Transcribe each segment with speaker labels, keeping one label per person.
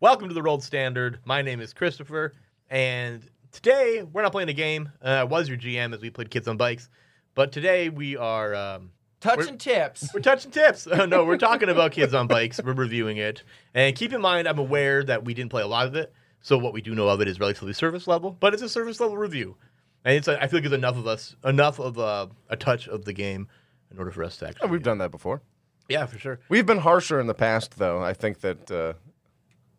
Speaker 1: Welcome to the Rolled Standard. My name is Christopher, and today we're not playing a game. Uh, I was your GM as we played Kids on Bikes, but today we are um,
Speaker 2: Touching tips.
Speaker 1: we're touching tips. Uh, no, we're talking about Kids on Bikes. We're reviewing it, and keep in mind, I'm aware that we didn't play a lot of it, so what we do know of it is relatively surface level, but it's a surface level review, and it's a, I feel like there's enough of us, enough of uh, a touch of the game in order for us to actually.
Speaker 3: Oh, we've done that before.
Speaker 1: yeah, for sure.
Speaker 3: We've been harsher in the past, though. I think that uh,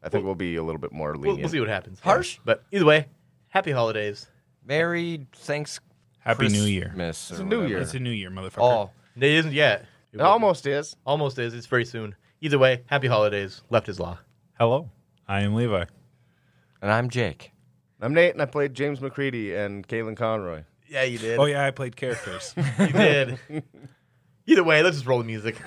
Speaker 3: I think we'll, be a little bit more
Speaker 1: We'll,
Speaker 3: lenient.
Speaker 1: we'll see what happens.
Speaker 2: Harsh?
Speaker 1: but either way, happy holidays.
Speaker 2: Merry thanks.
Speaker 4: Happy New Year.
Speaker 2: Miss. It's
Speaker 3: a new year.
Speaker 4: It's a new year, motherfucker.
Speaker 2: Oh,
Speaker 1: It isn't yet. It
Speaker 3: It
Speaker 1: will be.
Speaker 3: almost is.
Speaker 1: Almost is. It's very soon. Either way, happy holidays. Left is law.
Speaker 4: Hello. I am Levi.
Speaker 2: and I'm Jake.
Speaker 3: I'm Nate, and I played James McCready and Caitlin Conroy.
Speaker 1: Yeah, you did.
Speaker 4: Oh, yeah, I played characters.
Speaker 1: You did. Either way, let's just roll the music.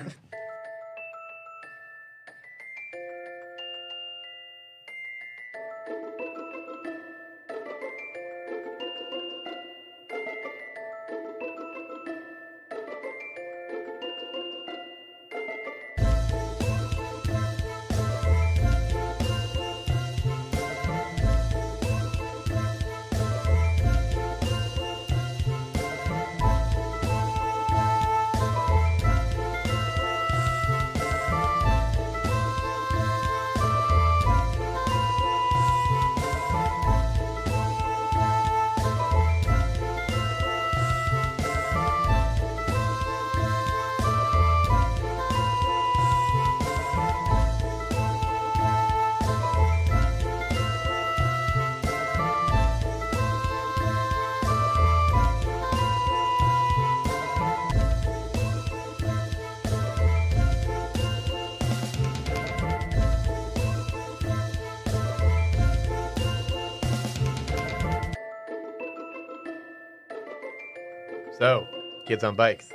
Speaker 1: So, kids on bikes.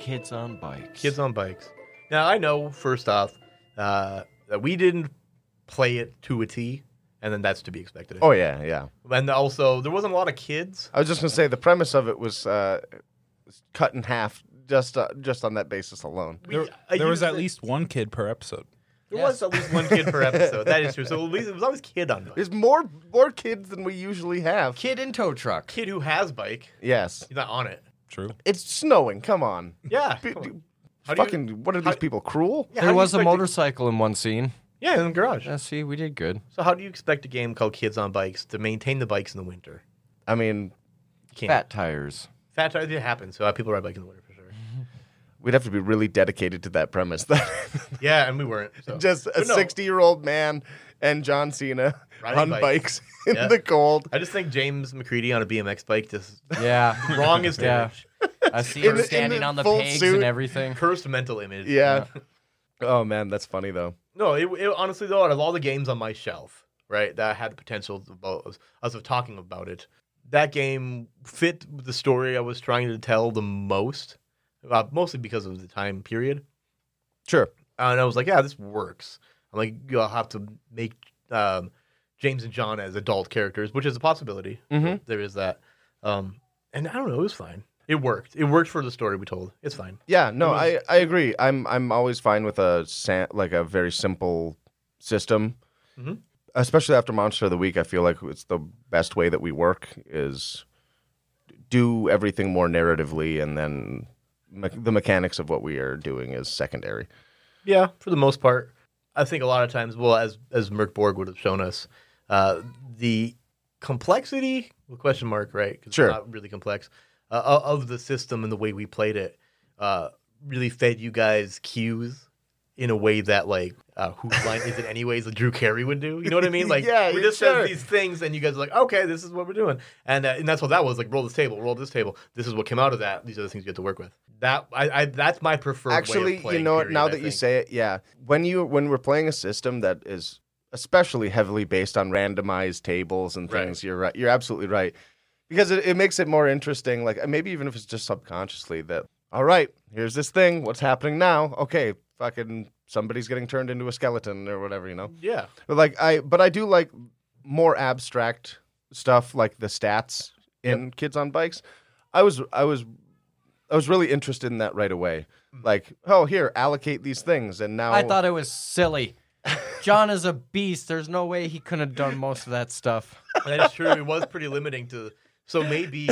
Speaker 2: Kids on bikes.
Speaker 1: Kids on bikes. Now, I know, first off, uh, that we didn't play it to a T, and then that's to be expected.
Speaker 3: Oh yeah, yeah.
Speaker 1: And also, there wasn't a lot of kids.
Speaker 3: I was just gonna say the premise of it was uh, was cut in half just uh, just on that basis alone.
Speaker 1: We-
Speaker 4: there
Speaker 1: I
Speaker 4: there was
Speaker 1: usually-
Speaker 4: at least one kid per episode.
Speaker 1: there was at least one kid per episode. That is true. So, at least it was always kid on bike.
Speaker 3: There's more more kids than we usually have.
Speaker 2: Kid in tow truck.
Speaker 1: Kid who has bike,
Speaker 3: Yes,
Speaker 1: he's not on it.
Speaker 4: True.
Speaker 3: it's snowing. Come on.
Speaker 1: Yeah.
Speaker 3: Be-
Speaker 1: come on.
Speaker 3: d-
Speaker 1: How do you-
Speaker 3: fucking, what are
Speaker 1: how
Speaker 3: these
Speaker 1: do-
Speaker 3: people cruel?
Speaker 1: Yeah, how do
Speaker 2: There
Speaker 1: you
Speaker 2: was a
Speaker 1: expect
Speaker 2: motorcycle in one scene.
Speaker 1: Yeah, in the garage.
Speaker 2: Yeah, see, we did good.
Speaker 1: So how do you expect a game called Kids on Bikes to maintain the bikes in the winter?
Speaker 3: I mean,
Speaker 1: You can't.
Speaker 2: Fat tires.
Speaker 1: Fat tires it happens, so uh, people ride bikes in the winter for sure.
Speaker 3: we'd have to be really dedicated to that premise.
Speaker 1: Yeah, and we weren't. So.
Speaker 3: just a
Speaker 1: But no,
Speaker 3: 60 year old man and John Cena
Speaker 1: Riding
Speaker 3: on
Speaker 1: bikes.
Speaker 3: bikes, in
Speaker 1: Yeah.
Speaker 3: the cold.
Speaker 1: I just think James McCready on a BMX bike just
Speaker 2: Yeah.
Speaker 1: wrongest
Speaker 2: Yeah.
Speaker 1: image,
Speaker 2: I see
Speaker 3: In
Speaker 2: him
Speaker 3: the- in
Speaker 2: standing
Speaker 3: the
Speaker 2: on the
Speaker 3: full
Speaker 2: pegs
Speaker 3: suit.
Speaker 2: and everything.
Speaker 1: cursed mental image.
Speaker 3: Yeah. Oh man, that's funny though.
Speaker 1: No, it, it- honestly though, out of all the games on my shelf, right, that had the potential of both us of talking about it, that game fit the story I was trying to tell the most, uh, mostly because of the time period.
Speaker 3: Sure.
Speaker 1: Uh, and I was like, yeah, this works. I'm like, you'll have to make um, James and John as adult characters, which is a possibility.
Speaker 3: Mhm.
Speaker 1: There is that. Um, and I don't know, it was fine. It worked. It worked for the story we told. It's fine.
Speaker 3: Yeah, no,
Speaker 1: It
Speaker 3: I, I agree. I'm I'm always fine with a sa- like a very simple system.
Speaker 1: Mhm.
Speaker 3: Especially after Monster of the Week, I feel like it's the best way that we work is do everything more narratively and then me- the mechanics of what we are doing is secondary.
Speaker 1: Yeah, for the most part. I think a lot of times, well, as as Merc Borg would have shown us, uh, the complexity well, question mark right 'cause
Speaker 3: Sure.
Speaker 1: it's not really complex uh, o- of the system and the way we played it uh, really fed you guys cues in a way that like uh, whose line is it anyways that Drew Carey would do you know what I mean like
Speaker 3: Yeah,
Speaker 1: we just
Speaker 3: sure.
Speaker 1: said these things and you guys are like okay this is what we're doing and uh, and that's what that was like roll this table roll this table this is what came out of that these are the things you have to work with that I, I that's my preferred way of
Speaker 3: Actually, you
Speaker 1: playing,
Speaker 3: know what?
Speaker 1: period,
Speaker 3: Now
Speaker 1: I
Speaker 3: that you
Speaker 1: think.
Speaker 3: say it, yeah. When you when we're playing a system that is especially heavily based on randomized tables and
Speaker 1: Right.
Speaker 3: things, you're right. You're absolutely right because it, it makes it more interesting. Like uh, maybe even if it's just subconsciously that. All right, here's this thing. What's happening now? Okay, fucking somebody's getting turned into a skeleton or whatever. You know.
Speaker 1: yeah
Speaker 3: But like I, but I do like more abstract stuff, like the stats in Kids on Bikes. I was, I was, I was really interested in
Speaker 2: Mm.
Speaker 3: that right away. Like, oh, here, allocate these things, and now
Speaker 2: I thought it was silly. John is a beast. There's no way he couldn't have done most of that stuff.
Speaker 1: That is true. It was pretty limiting to. So maybe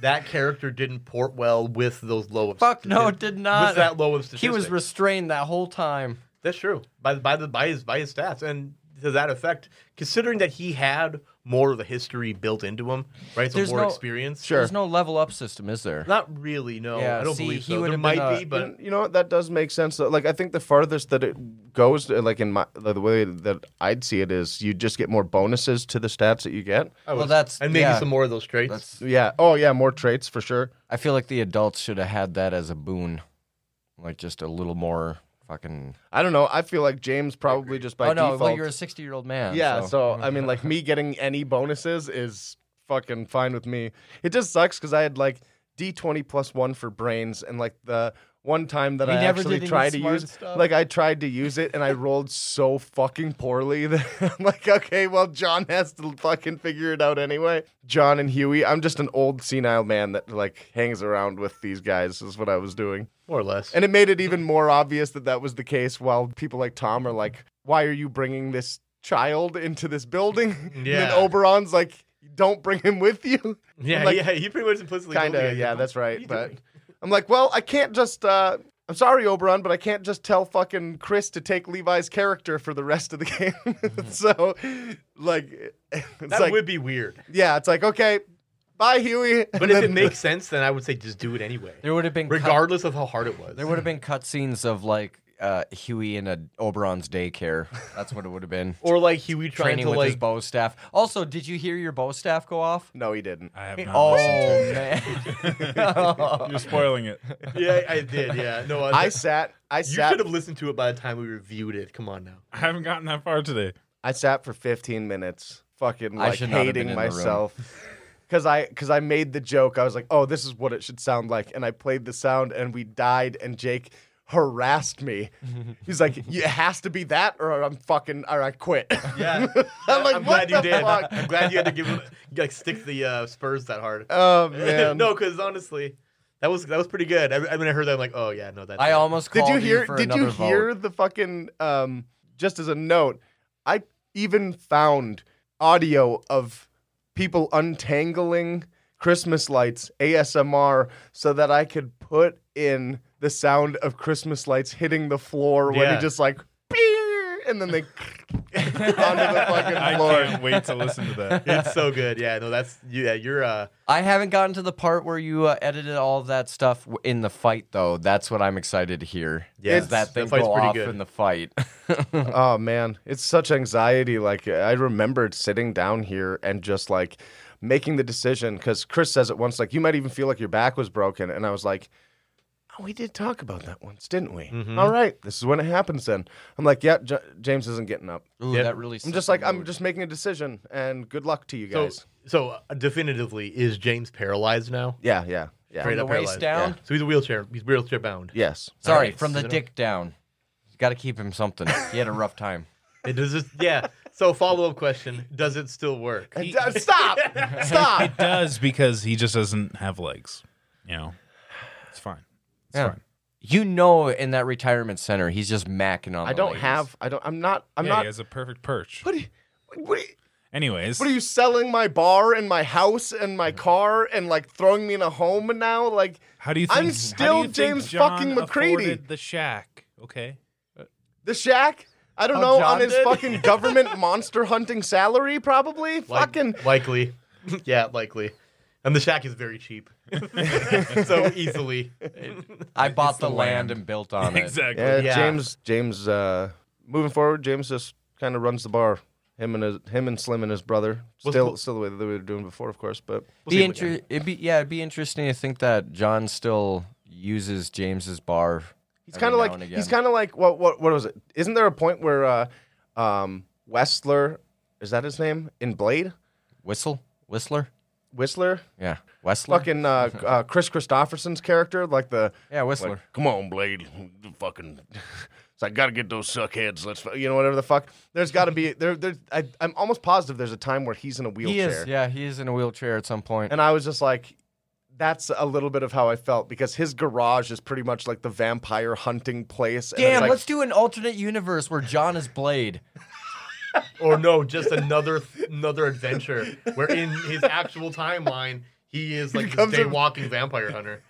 Speaker 1: that character didn't port well with those low. of-
Speaker 2: Fuck no, it did
Speaker 1: With
Speaker 2: not.
Speaker 1: that low of statistics.
Speaker 2: he was restrained that whole time.
Speaker 1: That's true. By the by the by his by his stats and to that effect, considering that he had more of the history built into him, right? So
Speaker 2: There's
Speaker 1: more
Speaker 2: no-
Speaker 1: experience.
Speaker 2: There's no level up system, is there?
Speaker 1: Not really. No,
Speaker 2: Yeah,
Speaker 1: I don't
Speaker 2: see,
Speaker 1: believe
Speaker 2: he
Speaker 1: so.
Speaker 2: would
Speaker 1: There
Speaker 2: have
Speaker 1: might
Speaker 2: been a-
Speaker 1: be, but
Speaker 3: you know what? That does make sense. Like I think the farthest that it goes, like in my the way that I'd see it is, you just get more bonuses to the stats that you get.
Speaker 1: I
Speaker 2: Well,
Speaker 1: would-
Speaker 2: that's-
Speaker 1: and maybe
Speaker 2: yeah.
Speaker 1: some more of those traits.
Speaker 2: That's.
Speaker 3: Yeah. Oh yeah, more traits for sure.
Speaker 2: I feel like the adults should have had that as a boon, like just a little more fucking.
Speaker 3: I don't know. I feel like James probably just by
Speaker 2: oh no!
Speaker 3: default.
Speaker 2: Well, you're a 60 year old man.
Speaker 3: yeah.
Speaker 2: so. mm-hmm.
Speaker 3: So I mean, like me getting any bonuses is fucking fine with me. It just sucks because I had like D twenty plus one for brains, and like the one time that
Speaker 2: You
Speaker 3: I
Speaker 2: never
Speaker 3: actually
Speaker 2: did any
Speaker 3: tried to
Speaker 2: smart
Speaker 3: use,
Speaker 2: stuff?
Speaker 3: like I tried to use it, and I rolled so fucking poorly that I'm like, okay, well, John has to fucking figure it out anyway. John and Huey, I'm just an old senile man that like hangs around with these guys. Is what I was doing.
Speaker 1: more or less.
Speaker 3: And it made it even more obvious that that was the case while people like Tom are like, why are you bringing this child into this building? And then
Speaker 1: Yeah.
Speaker 3: Oberon's like, don't bring him with you.
Speaker 1: yeah,
Speaker 3: like-
Speaker 1: yeah. He pretty much implicitly told
Speaker 3: Kind
Speaker 1: me, I
Speaker 3: of,
Speaker 1: said,
Speaker 3: yeah,
Speaker 1: "What
Speaker 3: that's
Speaker 1: are
Speaker 3: right.
Speaker 1: you
Speaker 3: But
Speaker 1: doing?"
Speaker 3: I'm like, well, I can't just, uh, I'm sorry, Oberon, but I can't just tell fucking Chris to take Levi's character for the rest of the game. so, like, it's
Speaker 1: Mm-hmm. that
Speaker 3: like,
Speaker 1: would be weird.
Speaker 3: yeah, it's like, okay, bye, Huey.
Speaker 1: But if it makes sense, then I would say just do it anyway,
Speaker 2: There would have been cut-
Speaker 1: regardless of how hard it was.
Speaker 2: There would have been cutscenes of like uh, Huey in a Oberon's daycare. That's what it would have been.
Speaker 1: or like Huey trying
Speaker 2: Training
Speaker 1: to
Speaker 2: with his
Speaker 1: like
Speaker 2: bow staff. Also, did you hear your bow staff go off?
Speaker 3: no, he didn't.
Speaker 4: I have not
Speaker 2: Oh
Speaker 4: listened
Speaker 2: man!
Speaker 4: to it. You're spoiling it.
Speaker 1: yeah, I did. Yeah, no,
Speaker 3: I sat, I
Speaker 1: you
Speaker 3: sat
Speaker 1: should have listened to it by the time we reviewed it. Come on now.
Speaker 4: I haven't gotten that far today.
Speaker 3: I sat for 15 minutes, fucking
Speaker 2: I
Speaker 3: like
Speaker 2: should not have been
Speaker 3: hating
Speaker 2: in the room.
Speaker 3: myself. Cause I, cause I made the joke. I was like, "Oh, this is what it should sound like," and I played the sound, and we died. And Jake harassed me. He's like, "It has to be that, or I'm fucking, or I quit."
Speaker 1: Yeah,
Speaker 3: I'm like,
Speaker 1: I'm
Speaker 3: "What
Speaker 1: glad you
Speaker 3: the
Speaker 1: did.
Speaker 3: fuck?"
Speaker 1: I'm glad you had to give him- like stick the uh, Spurs that hard.
Speaker 3: Oh man!
Speaker 1: no, because honestly, that was that was pretty good. I, I mean, I heard that. I'm like, oh yeah, no, that's
Speaker 2: I
Speaker 1: it.
Speaker 2: almost
Speaker 3: did
Speaker 2: called
Speaker 3: you hear?
Speaker 2: for
Speaker 3: Did you
Speaker 2: another
Speaker 3: hear
Speaker 2: vote.
Speaker 3: the fucking? Um, just as a note, I even found audio of people untangling Christmas lights ASMR so that I could put in the sound of Christmas lights hitting the floor when
Speaker 1: Yeah.
Speaker 3: it just like, "Peer," and then they onto the
Speaker 4: I
Speaker 3: fucking floor.
Speaker 4: can't wait to listen to that.
Speaker 1: It's so good. Yeah, no, that's yeah. You're uh,
Speaker 2: I haven't gotten to the part where you uh, edited all of that stuff w- in the fight, though. That's what I'm excited to hear.
Speaker 1: Yeah,
Speaker 2: Is that
Speaker 1: the
Speaker 2: thing
Speaker 1: fight's
Speaker 2: go
Speaker 1: pretty
Speaker 2: off
Speaker 1: good.
Speaker 2: in the fight?
Speaker 3: Oh man, it's such anxiety. Like I remembered sitting down here and just like making the decision because Chris says it once, like you might even feel like your back was broken, and I was like, oh, we did talk about that once, didn't we?
Speaker 1: Mm-hmm.
Speaker 3: All right, this is when it happens. Then I'm like, yeah, J- James isn't getting up.
Speaker 2: Ooh,
Speaker 1: Yep.
Speaker 2: that really.
Speaker 3: I'm
Speaker 2: sets
Speaker 3: just
Speaker 2: the
Speaker 3: like, I'm
Speaker 2: mood.
Speaker 3: just making a decision, and good luck to you
Speaker 1: so
Speaker 3: guys.
Speaker 1: so uh, definitively is James paralyzed now?
Speaker 3: yeah, yeah, yeah.
Speaker 1: Straight
Speaker 2: the
Speaker 1: up paralyzed.
Speaker 2: waist down?
Speaker 1: Yeah. So he's a wheelchair. He's wheelchair bound.
Speaker 3: Yes.
Speaker 2: Sorry,
Speaker 1: Alright,
Speaker 2: from the
Speaker 1: sit up.
Speaker 2: dick down. Got to keep him something. He had a rough time.
Speaker 1: It does. It, yeah. So follow up question: Does it still work?
Speaker 3: And, uh, stop! Stop!
Speaker 4: It does because he just doesn't have legs. You know, it's fine. It's
Speaker 2: Yeah.
Speaker 4: fine.
Speaker 2: You know, in that retirement center, he's just macking on.
Speaker 3: I
Speaker 2: the
Speaker 3: don't
Speaker 2: ladies.
Speaker 3: have. I don't. I'm not. I'm
Speaker 4: yeah,
Speaker 3: not.
Speaker 4: he has a perfect perch.
Speaker 3: What? Are you, what? Are you,
Speaker 4: Anyways,
Speaker 3: What are you selling my bar and my house and my car and like throwing me in a home now? Like,
Speaker 4: how do you think?
Speaker 3: I'm
Speaker 4: how do
Speaker 3: still
Speaker 4: you think
Speaker 3: James
Speaker 4: John
Speaker 3: fucking McCready.
Speaker 4: afforded The shack. Okay.
Speaker 3: the shack? I don't
Speaker 2: Oh,
Speaker 3: know,
Speaker 2: John
Speaker 3: on his
Speaker 2: did?
Speaker 3: fucking government monster hunting salary, probably?
Speaker 1: Like-
Speaker 3: fucking.
Speaker 1: likely. yeah, likely. And the shack is very cheap, so easily.
Speaker 2: I bought the,
Speaker 4: the
Speaker 2: land
Speaker 4: land.
Speaker 2: and built on it.
Speaker 4: Exactly.
Speaker 3: Yeah,
Speaker 1: Yeah.
Speaker 3: James, James, uh, moving forward, James just kind of runs the bar. Him and his, him and Slim and his brother.
Speaker 1: What's
Speaker 3: Still,
Speaker 1: cool-
Speaker 3: still the way that they were doing before, of course, but.
Speaker 1: see
Speaker 2: Be
Speaker 1: what we
Speaker 2: inter- it'd be yeah, it'd be interesting to think that John still uses James's bar.
Speaker 3: He's kind of like he's kind of like what what what was it? Isn't there a point where uh, um, Westler is that his name in Blade
Speaker 2: whistle whistler.
Speaker 3: Whistler
Speaker 2: Yeah, Whistler.
Speaker 3: fucking uh, uh, Chris Christopherson's character, like the
Speaker 2: yeah, Whistler.
Speaker 3: like, come on, Blade, fucking. It's like gotta get those suck heads. Let's fu-" you know whatever the fuck. There's got to be there. There's I, I'm almost positive there's a time where he's in a wheelchair.
Speaker 2: He is. Yeah, he is in a wheelchair at some point.
Speaker 3: And I was just like, that's a little bit of how I felt because his garage is pretty much like the vampire hunting place. and it's
Speaker 2: Damn,
Speaker 3: like-
Speaker 2: let's do an alternate universe where John is Blade.
Speaker 1: or no, just another another adventure where in his actual timeline he is like this
Speaker 3: Becomes a-
Speaker 1: day walking vampire hunter.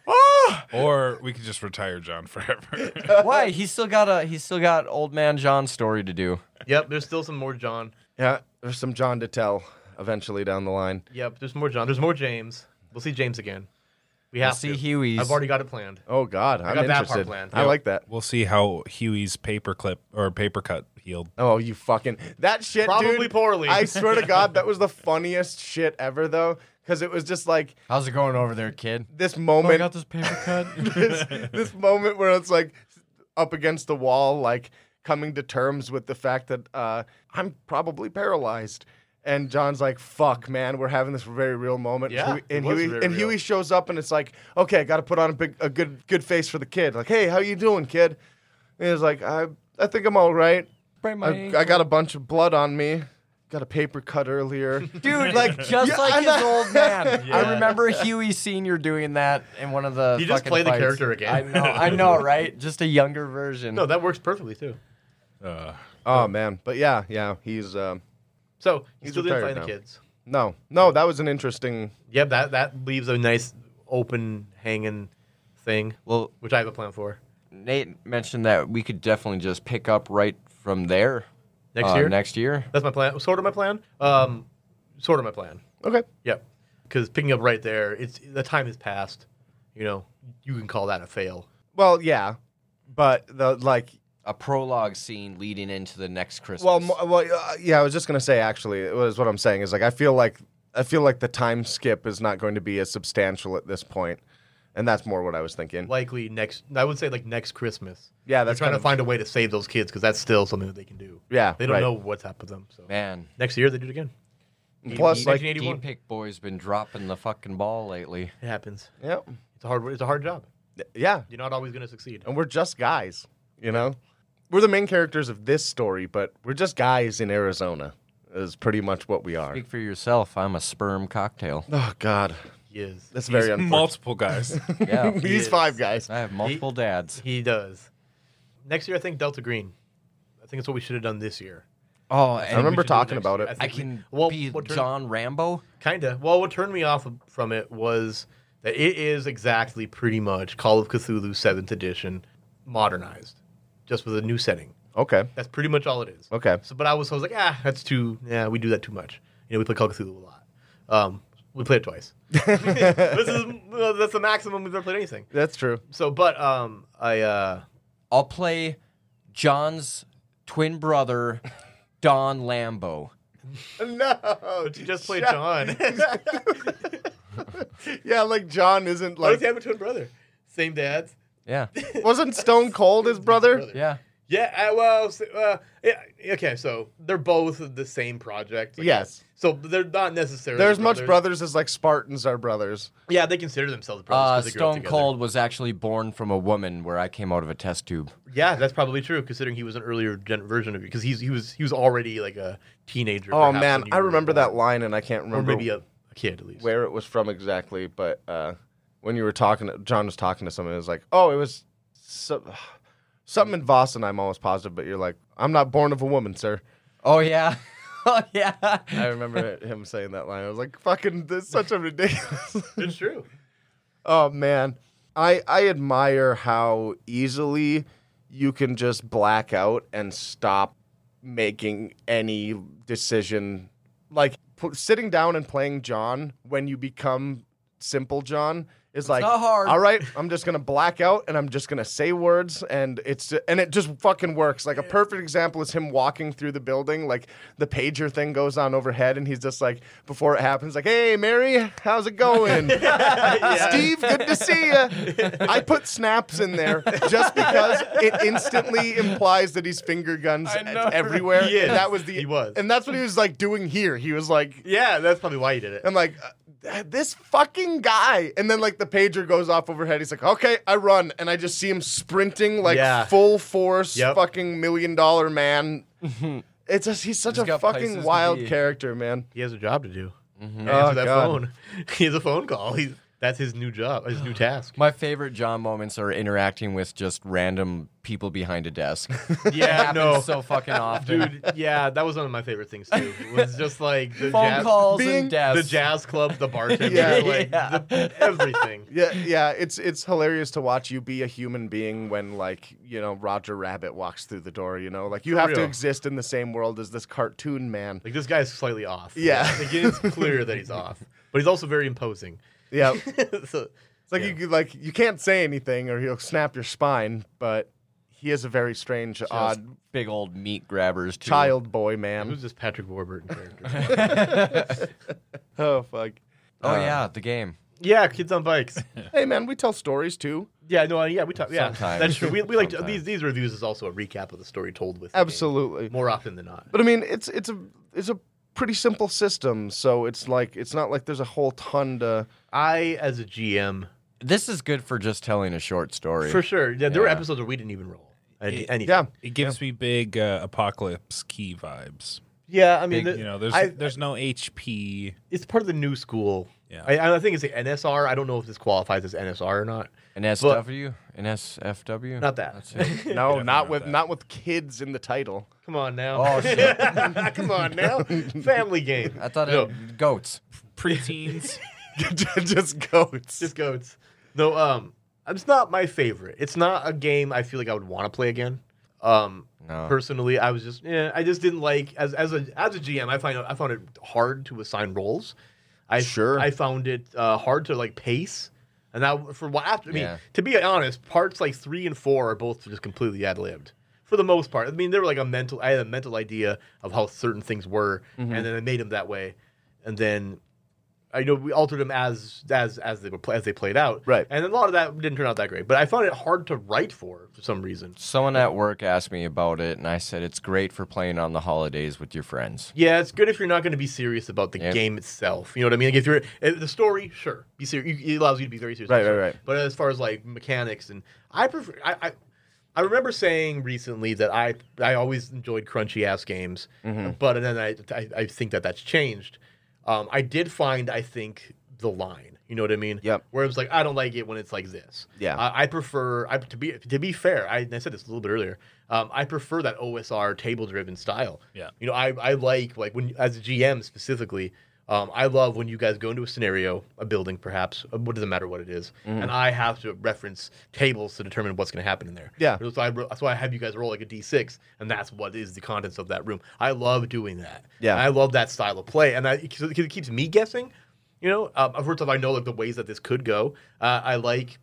Speaker 3: Ah!
Speaker 4: Or we could just retire John forever.
Speaker 2: Why? He's still got a he's still got old man John's story to do.
Speaker 1: Yep, there's still some more John.
Speaker 3: Yeah, there's some John to tell eventually down the line.
Speaker 1: Yep, there's more John. There's more James. We'll see James again. We have
Speaker 2: We'll see
Speaker 1: to.
Speaker 2: Huey's.
Speaker 1: I've already got it planned.
Speaker 3: Oh God, I'm
Speaker 1: got that part
Speaker 3: interested.
Speaker 1: planned.
Speaker 3: I
Speaker 1: Yeah.
Speaker 3: like that.
Speaker 4: we'll see how Huey's paperclip or paper cut healed.
Speaker 3: Oh, you fucking that shit,
Speaker 1: Probably
Speaker 3: dude,
Speaker 1: poorly.
Speaker 3: I swear to God, that was the funniest shit ever, though, because it was just like
Speaker 2: How's it going over there, kid?
Speaker 3: this
Speaker 2: Oh, I
Speaker 3: moment,
Speaker 2: got this paper cut.
Speaker 3: this, this moment where it's like up against the wall, like coming to terms with the fact that uh, I'm probably paralyzed. And John's like, "Fuck, man, we're having this very real moment."
Speaker 1: Yeah,
Speaker 3: Huey-
Speaker 1: it
Speaker 3: and
Speaker 1: was
Speaker 3: Huey
Speaker 1: very
Speaker 3: and
Speaker 1: real.
Speaker 3: Huey shows up, and it's like, "Okay, I got to put on a big, a good, good face for the kid." Like, "Hey, how you doing, kid?" And he's like, "I, I think I'm all right.
Speaker 2: Break my
Speaker 3: I, I got a bunch of blood on me. Got a paper cut earlier."
Speaker 2: Dude, like just
Speaker 3: Yeah,
Speaker 2: like
Speaker 3: I
Speaker 2: his
Speaker 3: know.
Speaker 2: old man.
Speaker 1: Yeah.
Speaker 2: I remember Huey Senior doing that in one of the.
Speaker 1: You just
Speaker 2: fucking
Speaker 1: play the
Speaker 2: fights.
Speaker 1: character again.
Speaker 2: I know, I know, right? Just a younger version.
Speaker 1: No, that works perfectly too.
Speaker 4: Uh,
Speaker 3: oh man, but yeah, yeah, he's um,
Speaker 1: So you
Speaker 3: He's
Speaker 1: still didn't find
Speaker 3: retired
Speaker 1: the
Speaker 3: now.
Speaker 1: kids.
Speaker 3: no, no, that was an interesting.
Speaker 1: Yep, that that leaves a nice open hanging thing,
Speaker 2: Well,
Speaker 1: which I have a plan for
Speaker 2: Nate mentioned that we could definitely just pick up right from there
Speaker 1: next
Speaker 2: uh,
Speaker 1: year.
Speaker 2: Next year.
Speaker 1: That's my plan. Sort of my plan. Um, sort of my plan.
Speaker 3: Okay,
Speaker 1: Yep. Because picking up right there, it's the time has passed. You know, you can call that a fail.
Speaker 3: Well, yeah, but the like.
Speaker 2: A prologue scene leading into the next Christmas.
Speaker 3: Well, mo- well, uh, yeah. I was just gonna say actually, it was what I'm saying is like I feel like I feel like the time skip is not going to be as substantial at this point, and that's more what I was thinking.
Speaker 1: Likely next, I would say like next Christmas.
Speaker 3: Yeah,
Speaker 1: They're
Speaker 3: that's
Speaker 1: trying
Speaker 3: kind
Speaker 1: to
Speaker 3: of-
Speaker 1: find a way to save those kids because that's still something that they can do.
Speaker 3: Yeah,
Speaker 1: They don't
Speaker 3: right.
Speaker 1: know what's up with them. So
Speaker 2: man,
Speaker 1: next year they do it again.
Speaker 3: Plus, like,
Speaker 1: 1981.
Speaker 2: D-Pick boy's been dropping the fucking ball lately.
Speaker 1: it happens.
Speaker 3: Yeah,
Speaker 1: It's a hard. It's a hard job.
Speaker 3: yeah,
Speaker 1: You're not always going to succeed.
Speaker 3: and we're just guys, you know. We're the main characters of this story, but we're just guys in Arizona. Is pretty much what we are.
Speaker 2: Speak for yourself. I'm a sperm cocktail.
Speaker 3: Oh God,
Speaker 1: He is.
Speaker 3: that's very unfortunate.
Speaker 4: multiple guys.
Speaker 2: Yeah,
Speaker 3: These
Speaker 1: is.
Speaker 3: five guys.
Speaker 2: I have multiple dads.
Speaker 1: He does. Next year, I think Delta Green. I think that's what we should have done this year.
Speaker 2: Oh,
Speaker 1: I think we
Speaker 3: remember
Speaker 1: should do
Speaker 3: talking
Speaker 1: next
Speaker 3: about
Speaker 1: year.
Speaker 3: it.
Speaker 2: I
Speaker 1: think we-
Speaker 2: can
Speaker 1: well,
Speaker 2: be
Speaker 1: what turned-
Speaker 2: John Rambo.
Speaker 1: Kinda. Well, what turned me off from it was that it is exactly pretty much Call of Cthulhu Seventh Edition modernized, just with a new setting.
Speaker 3: Okay,
Speaker 1: That's pretty much all it is.
Speaker 3: okay.
Speaker 1: So, but I was, I was like, ah, that's too. Yeah, we do that too much. You know, we play Call of Cthulhu a lot. Um, we played it twice. this is that's the maximum we've ever played anything.
Speaker 3: That's true.
Speaker 1: So, but um, I uh,
Speaker 2: I'll play John's twin brother, Don Lambo.
Speaker 3: No,
Speaker 1: you just played
Speaker 3: shut-
Speaker 1: John.
Speaker 3: yeah, like John isn't
Speaker 1: Why does
Speaker 3: like
Speaker 1: he have a twin brother? Same dads.
Speaker 2: Yeah,
Speaker 3: wasn't Stone Cold his brother?
Speaker 2: yeah.
Speaker 1: Yeah, I, well, s- uh, yeah, okay, so they're both of the same project. I
Speaker 3: Yes.
Speaker 1: guess. So they're not necessarily.
Speaker 3: They're as much brothers as like Spartans are brothers.
Speaker 1: Yeah, they consider themselves
Speaker 2: Uh,
Speaker 1: brothers. 'cause they grew up
Speaker 2: Stone
Speaker 1: together.
Speaker 2: Cold was actually born from a woman where I came out of a test tube.
Speaker 1: Yeah, that's probably true, considering he was an earlier gen- version of you, because he's he was he was already like a teenager.
Speaker 3: Oh
Speaker 1: perhaps,
Speaker 3: man,
Speaker 1: when you
Speaker 3: I
Speaker 1: were
Speaker 3: remember
Speaker 1: born.
Speaker 3: that line and I can't
Speaker 1: Or
Speaker 3: remember
Speaker 1: maybe a, a kid at least.
Speaker 3: where it was from exactly, but uh, when you were talking, to, John was talking to someone. It was like, oh, it was so, something in Boston. I'm almost positive, but you're like, I'm not born of a woman, sir.
Speaker 2: Oh yeah, oh yeah.
Speaker 3: I remember him saying that line. I was like, fucking, this is such a ridiculous.
Speaker 1: It's true.
Speaker 3: Oh man, I I admire how easily you can just black out and stop making any decision. Like p- sitting down and playing John when you become simple John is like
Speaker 2: not hard.
Speaker 3: all right, I'm just gonna black out and I'm just gonna say words and it's and it just fucking works. Like a perfect example is him walking through the building, like the pager thing goes on overhead and he's just like before it happens, like, hey Mary, how's it going? Steve, good to see you. I put snaps in there just because it instantly implies that he's finger guns
Speaker 2: I know.
Speaker 3: everywhere.
Speaker 1: He is.
Speaker 3: And that was the
Speaker 1: He was.
Speaker 3: and that's what he was like doing here. He was like,
Speaker 1: Yeah, that's probably why you did it.
Speaker 3: I'm like. uh, This fucking guy, and then like the pager goes off overhead. He's like, "Okay, I run," and I just see him sprinting like
Speaker 1: Yeah.
Speaker 3: full force,
Speaker 1: Yep.
Speaker 3: fucking million dollar man. it's just he's such
Speaker 2: He's
Speaker 3: a
Speaker 2: got places
Speaker 3: fucking
Speaker 2: to
Speaker 3: wild
Speaker 2: be.
Speaker 3: character, man.
Speaker 2: Mm-hmm.
Speaker 1: He has a job to do. Answer
Speaker 3: Oh,
Speaker 1: that
Speaker 3: God.
Speaker 1: phone. He has a phone call. He's That's his new job, his new task.
Speaker 2: My favorite John moments are interacting with just random people behind a desk.
Speaker 1: Yeah,
Speaker 2: Happens
Speaker 1: no,
Speaker 2: so fucking often.
Speaker 1: dude. Yeah, that was one of my favorite things too. Was just like the
Speaker 2: Phone
Speaker 1: jazz,
Speaker 2: calls
Speaker 3: being
Speaker 2: and desks.
Speaker 1: the jazz club, the bartender,
Speaker 3: Yeah.
Speaker 1: like
Speaker 2: Yeah.
Speaker 1: the, everything.
Speaker 3: Yeah, yeah, it's it's hilarious to watch you be a human being when like, you know, Roger Rabbit walks through the door, you know? Like you have to
Speaker 1: Real.
Speaker 3: exist in the same world as this cartoon man.
Speaker 1: Like this guy's slightly off.
Speaker 3: Yeah.
Speaker 1: like, it is clear that he's off, but he's also very imposing.
Speaker 3: Yeah.
Speaker 1: so,
Speaker 3: It's like you you like you can't say anything or he'll snap your spine, but he is a very strange
Speaker 2: Just
Speaker 3: odd
Speaker 2: big old meat grabbers. Too.
Speaker 3: child boy
Speaker 1: who's
Speaker 3: man.
Speaker 1: this Patrick Warburton character?
Speaker 3: Oh fuck.
Speaker 2: Oh
Speaker 3: Uh,
Speaker 2: yeah, the game.
Speaker 1: yeah, kids on bikes.
Speaker 3: Hey man, we tell stories too.
Speaker 1: Yeah, no, yeah, we talk. Yeah,
Speaker 2: Sometimes.
Speaker 1: that's true. We, we like to,
Speaker 2: Sometimes.
Speaker 1: these. These reviews is also a recap of the story told with the game,
Speaker 3: Absolutely.
Speaker 1: more often than not.
Speaker 3: But I mean, it's it's a it's a pretty simple system, so it's like it's not like there's a whole ton to
Speaker 1: I, as a GM,
Speaker 2: This is good for just telling a short story.
Speaker 1: for sure. Yeah, there were
Speaker 2: Yeah.
Speaker 1: episodes where we didn't even roll. Any,
Speaker 4: Yeah.
Speaker 1: anything.
Speaker 3: Yeah.
Speaker 4: It gives me big uh, apocalypse key vibes.
Speaker 1: yeah. I mean,
Speaker 4: Big,
Speaker 1: the-
Speaker 4: you know, there's
Speaker 1: I-
Speaker 4: there's no HP.
Speaker 1: it's part of the new school.
Speaker 4: Yeah.
Speaker 1: I, I think it's the NSR. I don't know if this qualifies as NSR or not.
Speaker 2: An SW, an SFW.
Speaker 1: Not that.
Speaker 2: That's it.
Speaker 3: no,
Speaker 4: Definitely
Speaker 3: not
Speaker 4: not
Speaker 3: with
Speaker 4: that.
Speaker 3: not with kids in the title.
Speaker 1: Come on now.
Speaker 2: Oh, shit.
Speaker 1: Come on now. Family game.
Speaker 2: I thought
Speaker 1: No.
Speaker 2: it goats.
Speaker 4: Preteens.
Speaker 3: just goats.
Speaker 1: Just goats. No, um, it's not my favorite. It's not a game I feel like I would want to play again. Um,
Speaker 2: No.
Speaker 1: personally, I was just, yeah, I just didn't like as as a as a GM. I find I found it hard to assign roles. I
Speaker 3: Sure.
Speaker 1: I found it uh, hard to like pace. And that for what after, I mean,
Speaker 2: Yeah.
Speaker 1: to be honest, parts like three and four are both just completely ad libbed for the most part. I mean, they were like a mental. I had a mental idea of how certain things were,
Speaker 3: Mm-hmm.
Speaker 1: and then I made them that way, and then. I know we altered them as as as they were pla- as they played out,
Speaker 3: Right.
Speaker 1: And a lot of that didn't turn out that great, but I found it hard to write for for some reason.
Speaker 2: Someone at work asked me about it, and I said it's great for playing on the holidays with your friends.
Speaker 1: Yeah, it's good if you're not going to be serious about the
Speaker 2: Yeah.
Speaker 1: game itself. You know what I mean? Like if you're if the story, sure, be serious. It allows you to be very serious.
Speaker 3: Right,
Speaker 1: about the
Speaker 3: right,
Speaker 1: story. But as far as like mechanics and I prefer, I, I, I remember saying recently that I I always enjoyed crunchy ass games,
Speaker 3: Mm-hmm.
Speaker 1: but and then I, I I think that that's changed. Um, I did find I think the line. You know what I mean?
Speaker 3: Yep.
Speaker 1: Where it was like I don't like it when it's like this.
Speaker 3: Yeah.
Speaker 1: I, I prefer I to be to be fair. I, and I said this a little bit earlier. Um, I prefer that OSR table driven style.
Speaker 4: Yeah.
Speaker 1: You know, I, I like like when as a GM specifically, um, I love when you guys go into a scenario, a building perhaps, uh, what doesn't matter what it is,
Speaker 3: Mm-hmm.
Speaker 1: and I have to reference tables to determine what's going to happen in there.
Speaker 3: Yeah.
Speaker 1: So I ro- so I have you guys roll like a d6, and that's what is the contents of that room. I love doing that.
Speaker 3: Yeah.
Speaker 1: And I love that style of play, and I because it keeps me guessing. You know, um, of course, I know like the ways that this could go. Uh, I like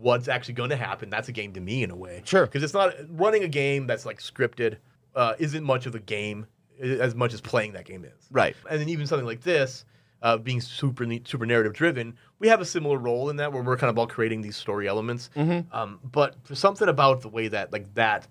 Speaker 1: what's actually going to happen. That's a game to me in a way.
Speaker 3: Sure.
Speaker 1: Because it's not running a game that's like scripted uh, isn't much of a game i- as much as playing that game is.
Speaker 3: Right.
Speaker 1: And then even something like this, uh, being super ne- super narrative driven, we have a similar role in that where we're kind of all creating these story elements.
Speaker 3: Mm-hmm.
Speaker 1: Um, but for something about the way that like that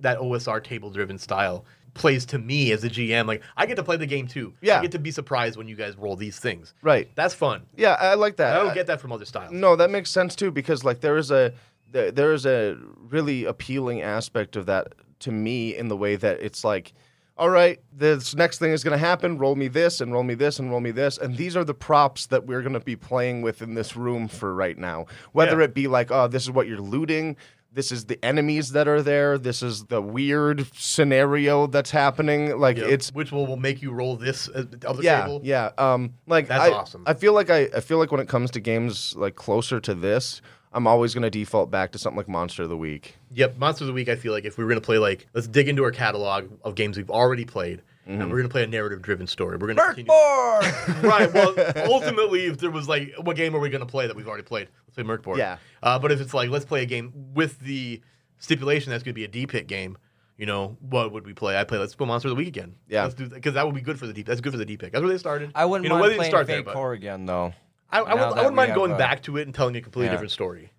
Speaker 1: that OSR table driven style plays to me as a GM, like I get to play the game too.
Speaker 3: Yeah.
Speaker 1: I get to be surprised when you guys roll these things.
Speaker 3: Right.
Speaker 1: That's fun.
Speaker 3: Yeah, I like that.
Speaker 1: I don't Oh, get that from other styles.
Speaker 3: No, that makes sense too because like there is a there, there is a really appealing aspect of that to me in the way that it's like all right, this next thing is going to happen. Roll me this and roll me this and roll me this. And these are the props that we're going to be playing with in this room for right now. Whether
Speaker 1: Yeah.
Speaker 3: it be like, oh, this is what you're looting. This is the enemies that are there. This is the weird scenario that's happening. Like,
Speaker 1: Yeah.
Speaker 3: it's
Speaker 1: which will, will make you roll this uh, of the
Speaker 3: yeah,
Speaker 1: table.
Speaker 3: Yeah, Um, like
Speaker 1: That's
Speaker 3: I,
Speaker 1: awesome.
Speaker 3: I feel like I, I feel like when it comes to games like closer to this, I'm always gonna default back to something like Monster of the Week.
Speaker 1: Yep, Monster of the Week. I feel like if we were gonna play like, let's dig into our catalog of games we've already played,
Speaker 3: Mm-hmm.
Speaker 1: and we're gonna play a narrative-driven story. We're gonna
Speaker 2: Merc more.
Speaker 1: right. Well, ultimately, if there was like, what game are we gonna play that we've already played? Let's play Merc Board.
Speaker 3: Yeah.
Speaker 1: Uh, but if it's like, let's play a game with the stipulation that's gonna be a D-pit game. You know, what would we play? I play. Let's play Monster of the Week again.
Speaker 3: Yeah.
Speaker 1: let's do because that would be good for the deep. That's good for the D pick. That's where they started.
Speaker 2: I wouldn't
Speaker 1: you know,
Speaker 2: mind
Speaker 1: whether you
Speaker 2: playing
Speaker 1: start there,
Speaker 2: Fate
Speaker 1: but
Speaker 2: Core again though.
Speaker 1: I, I, would,
Speaker 2: now
Speaker 1: I
Speaker 2: that
Speaker 1: wouldn't
Speaker 2: we
Speaker 1: mind
Speaker 2: have
Speaker 1: going
Speaker 2: a-
Speaker 1: back to it and telling a completely
Speaker 2: Yeah.
Speaker 1: different story.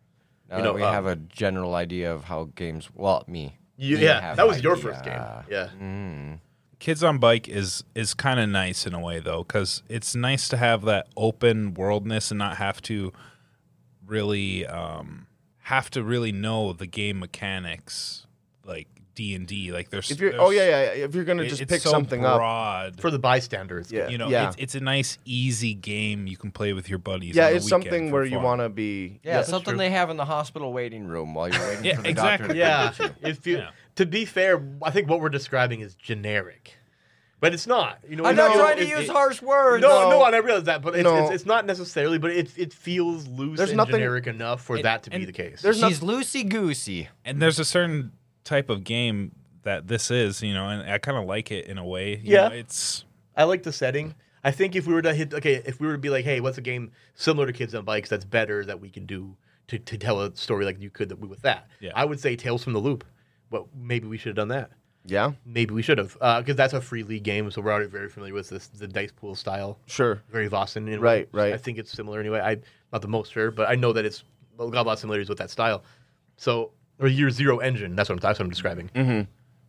Speaker 2: Now
Speaker 1: You
Speaker 2: that
Speaker 1: know,
Speaker 2: Uh, we
Speaker 1: um,
Speaker 2: have a general idea of how games. Well, me.
Speaker 1: You,
Speaker 2: We
Speaker 1: yeah,
Speaker 2: have
Speaker 1: that was your
Speaker 2: idea. Mm.
Speaker 1: first game. Yeah,
Speaker 4: Kids on Bike is is kind of nice in a way though, because it's nice to have that open worldness and not have to really um, have to really know the game mechanics like D and D. Like there's
Speaker 3: If you're,
Speaker 4: there's-
Speaker 3: oh yeah, yeah, yeah. If you're gonna
Speaker 4: it-
Speaker 3: just
Speaker 4: it's
Speaker 3: pick
Speaker 4: so
Speaker 3: something up,
Speaker 4: broad.
Speaker 1: for the bystander. It's
Speaker 3: yeah,
Speaker 1: good.
Speaker 4: you know,
Speaker 3: yeah,
Speaker 4: it's, it's a nice, easy game you can play with your buddies.
Speaker 3: yeah,
Speaker 4: on the
Speaker 3: it's
Speaker 4: weekend
Speaker 3: something
Speaker 4: for
Speaker 3: where you
Speaker 4: fun.
Speaker 3: want to be.
Speaker 2: Yeah, something they have in the hospital waiting room while you're waiting
Speaker 4: Yeah,
Speaker 2: for the doctor.
Speaker 4: exactly.
Speaker 2: to
Speaker 1: Yeah.
Speaker 2: visit you.
Speaker 1: if you,
Speaker 4: Yeah.
Speaker 1: to be fair, I think what we're describing is generic, but it's not. You know,
Speaker 2: I'm
Speaker 1: if
Speaker 2: not
Speaker 1: you-
Speaker 2: trying to
Speaker 1: if-
Speaker 2: use
Speaker 1: Oh, it-
Speaker 2: harsh words.
Speaker 1: No,
Speaker 3: No.
Speaker 1: no, and I realize that, but it's,
Speaker 3: No.
Speaker 1: it's, it's not necessarily. But it it feels loose
Speaker 3: There's
Speaker 1: and
Speaker 3: nothing-
Speaker 1: generic enough for
Speaker 4: And-
Speaker 1: that to be
Speaker 4: and
Speaker 1: the case.
Speaker 3: there's
Speaker 2: She's loosey goosey.
Speaker 4: And there's a certain type of game that this is, you know, and I kind of like it in a way. You
Speaker 1: Yeah.
Speaker 4: know, it's
Speaker 1: I like the setting. I think if we were to hit, okay, if we were to be like, hey, what's a game similar to Kids on Bikes that's better that we can do to, to tell a story like you could that we with that?
Speaker 4: Yeah.
Speaker 1: I would say Tales from the Loop, but maybe we should have done that.
Speaker 3: Yeah,
Speaker 1: Maybe we should have, because that's a free league game, so we're already very familiar with this the dice pool style,
Speaker 3: sure.
Speaker 1: very Vossen. In a
Speaker 3: Right,
Speaker 1: way.
Speaker 3: right.
Speaker 1: I think it's similar anyway. I'm not the most sure, but I know that it's well, got a lot of similarities with that style. So, or Year Zero Engine, that's what I'm, that's what I'm describing.
Speaker 3: Mm-hmm.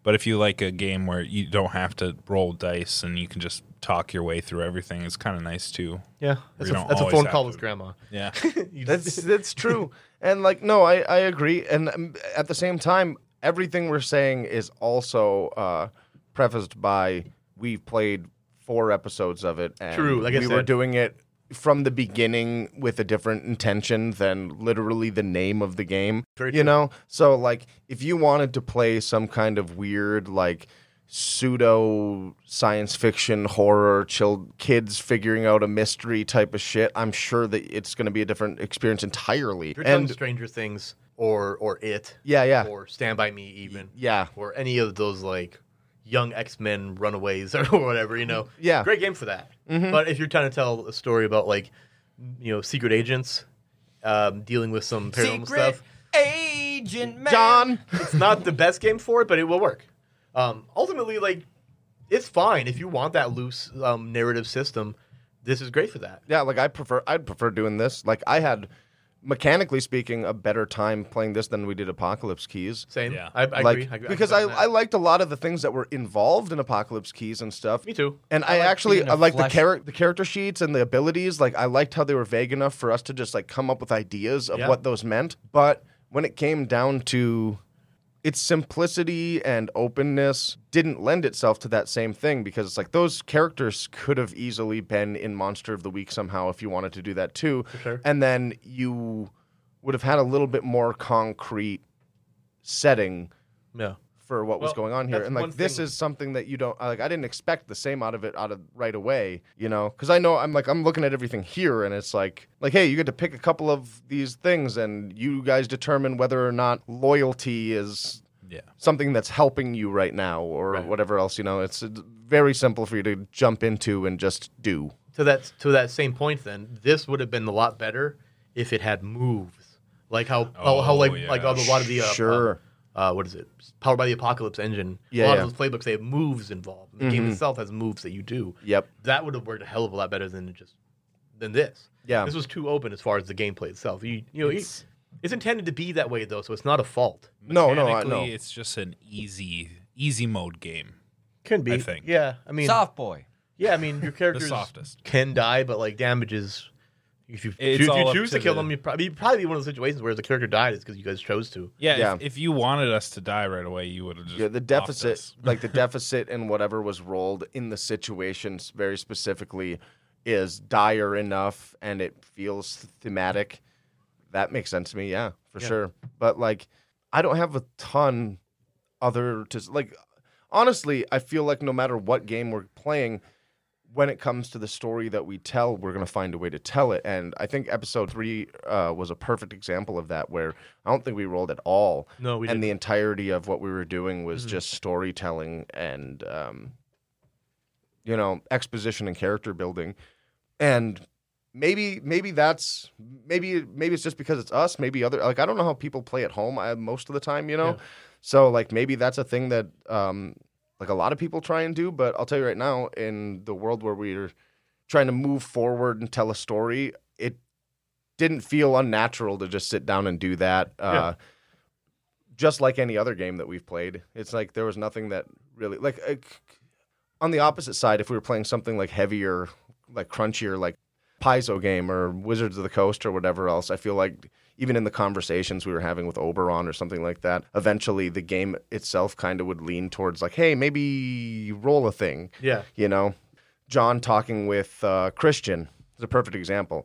Speaker 4: but if you like a game where you don't have to roll dice and you can just talk your way through everything, it's kind of nice too.
Speaker 1: Yeah, that's,
Speaker 4: You
Speaker 1: a,
Speaker 4: don't
Speaker 1: that's a
Speaker 4: always
Speaker 1: phone
Speaker 4: have
Speaker 1: call
Speaker 4: to-
Speaker 1: with grandma.
Speaker 4: Yeah.
Speaker 1: You just-
Speaker 3: That's that's true. And like, no, I I agree. And um, at the same time, everything we're saying is also uh, prefaced by we played four episodes of it. And
Speaker 1: True, like I
Speaker 3: we were
Speaker 1: said.
Speaker 3: doing it from the beginning with a different intention than literally the name of the game.
Speaker 1: Very
Speaker 3: you
Speaker 1: true.
Speaker 3: know, so like, if you wanted to play some kind of weird like. Pseudo science fiction horror, child kids figuring out a mystery type of shit. I'm sure that it's going to be a different experience entirely.
Speaker 1: If you're
Speaker 3: and
Speaker 1: talking Stranger Things or or It,
Speaker 3: yeah, yeah,
Speaker 1: or Stand by Me, even,
Speaker 3: yeah,
Speaker 1: or any of those like young X Men Runaways or whatever, you know,
Speaker 3: Yeah. Mm-hmm.
Speaker 1: great game for that. But if you're trying to tell a story about like you know secret agents um, dealing with some paranormal
Speaker 2: Secret
Speaker 1: stuff,
Speaker 2: agent man.
Speaker 3: John.
Speaker 1: it's not the best game for it, but it will work. Um, ultimately, like it's fine if you want that loose um, narrative system. This is great for that.
Speaker 3: Yeah, like I prefer, I'd prefer doing this. Like I had, mechanically speaking, a better time playing this than we did Apocalypse Keys.
Speaker 1: Same.
Speaker 4: Yeah.
Speaker 1: I, I
Speaker 3: like
Speaker 1: agree. I agree.
Speaker 3: because I,
Speaker 1: agree on
Speaker 3: I liked a lot of the things that were involved in Apocalypse Keys and stuff.
Speaker 1: that. me too.
Speaker 3: And I,
Speaker 2: like
Speaker 3: actually
Speaker 2: being a
Speaker 3: I like the
Speaker 2: flesh-
Speaker 3: character the character sheets and the abilities. Like I liked how they were vague enough for us to just like come up with ideas of
Speaker 1: Yeah.
Speaker 3: what those meant. But when it came down to its simplicity and openness didn't lend itself to that same thing because it's like those characters could have easily been in Monster of the Week somehow if you wanted to do that too.
Speaker 1: sure.
Speaker 3: And then you would have had a little bit more concrete setting
Speaker 1: Yeah.
Speaker 3: for what was
Speaker 1: Well,
Speaker 3: going on here.
Speaker 1: that's
Speaker 3: And
Speaker 1: one
Speaker 3: like this
Speaker 1: thing-
Speaker 3: is something that you don't like. I didn't expect the same out of it out of right away, you know, because I know I'm like I'm looking at everything here, and it's like like hey, you get to pick a couple of these things, and you guys determine whether or not loyalty is
Speaker 4: yeah.
Speaker 3: something that's helping you right now or
Speaker 1: Right.
Speaker 3: whatever else. You know, it's, it's very simple for you to jump into and just do.
Speaker 1: to that to that same point then this would have been a lot better if it had moves like how how, how
Speaker 4: Oh,
Speaker 1: like
Speaker 4: yeah.
Speaker 1: like a lot of the uh,
Speaker 3: Sure.
Speaker 1: uh, what is it powered by the apocalypse engine a
Speaker 3: Yeah,
Speaker 1: lot
Speaker 3: yeah. Mm-hmm.
Speaker 1: of those playbooks they have moves involved the game itself has moves that you do
Speaker 3: Yep.
Speaker 1: that would have worked a hell of a lot better than it just than this
Speaker 3: Yeah.
Speaker 1: this was too open as far as the gameplay itself you you know it's,
Speaker 4: It's-
Speaker 1: it's intended to be that way though so it's not a fault
Speaker 3: No, no, I
Speaker 4: Mechanically,
Speaker 3: know.
Speaker 4: It's just an easy, easy mode game.
Speaker 1: can be
Speaker 4: I think.
Speaker 1: yeah i mean
Speaker 2: Soft boy.
Speaker 1: yeah i mean your characters
Speaker 4: softest.
Speaker 1: can die but like damages if you, if
Speaker 4: It's
Speaker 1: you
Speaker 4: all up
Speaker 1: choose to,
Speaker 4: to
Speaker 1: kill
Speaker 4: the-
Speaker 1: them, you probably you'd probably be one of those situations where the character died is because you guys chose to.
Speaker 4: Yeah.
Speaker 3: Yeah.
Speaker 4: If, if you wanted us to die right away, you would have just
Speaker 3: Yeah, the
Speaker 4: blocked
Speaker 3: deficit,
Speaker 4: us.
Speaker 3: like the deficit and whatever was rolled in the situation s- very specifically is dire enough and it feels thematic. That makes sense to me, yeah, for
Speaker 1: Yeah.
Speaker 3: sure. But like I don't have a ton other to s- like honestly, I feel like no matter what game we're playing when it comes to the story that we tell, we're going to find a way to tell it. And I think episode three uh, was a perfect example of that, where I don't think we rolled at all
Speaker 1: No, we
Speaker 3: and
Speaker 1: didn't. Mm-hmm.
Speaker 3: the entirety of what we were doing was just storytelling and um, you know exposition and character building and maybe maybe that's maybe maybe it's just because it's us maybe other like i don't know how people play at home I, most of the time you know
Speaker 1: Yeah.
Speaker 3: so like maybe that's a thing that um like a lot of people try and do but i'll tell you right now in the world where we're trying to move forward and tell a story it didn't feel unnatural to just sit down and do that uh just like any other game that we've played it's like there was nothing that really like uh, c- on the opposite side if we were playing something like heavier like crunchier like Paizo game or Wizards of the Coast or whatever else, I feel like even in the conversations we were having with Oberon or something like that, eventually the game itself kind of would lean towards like, hey, maybe roll a thing.
Speaker 1: Yeah.
Speaker 3: You know, John talking with uh, Christian is a perfect example.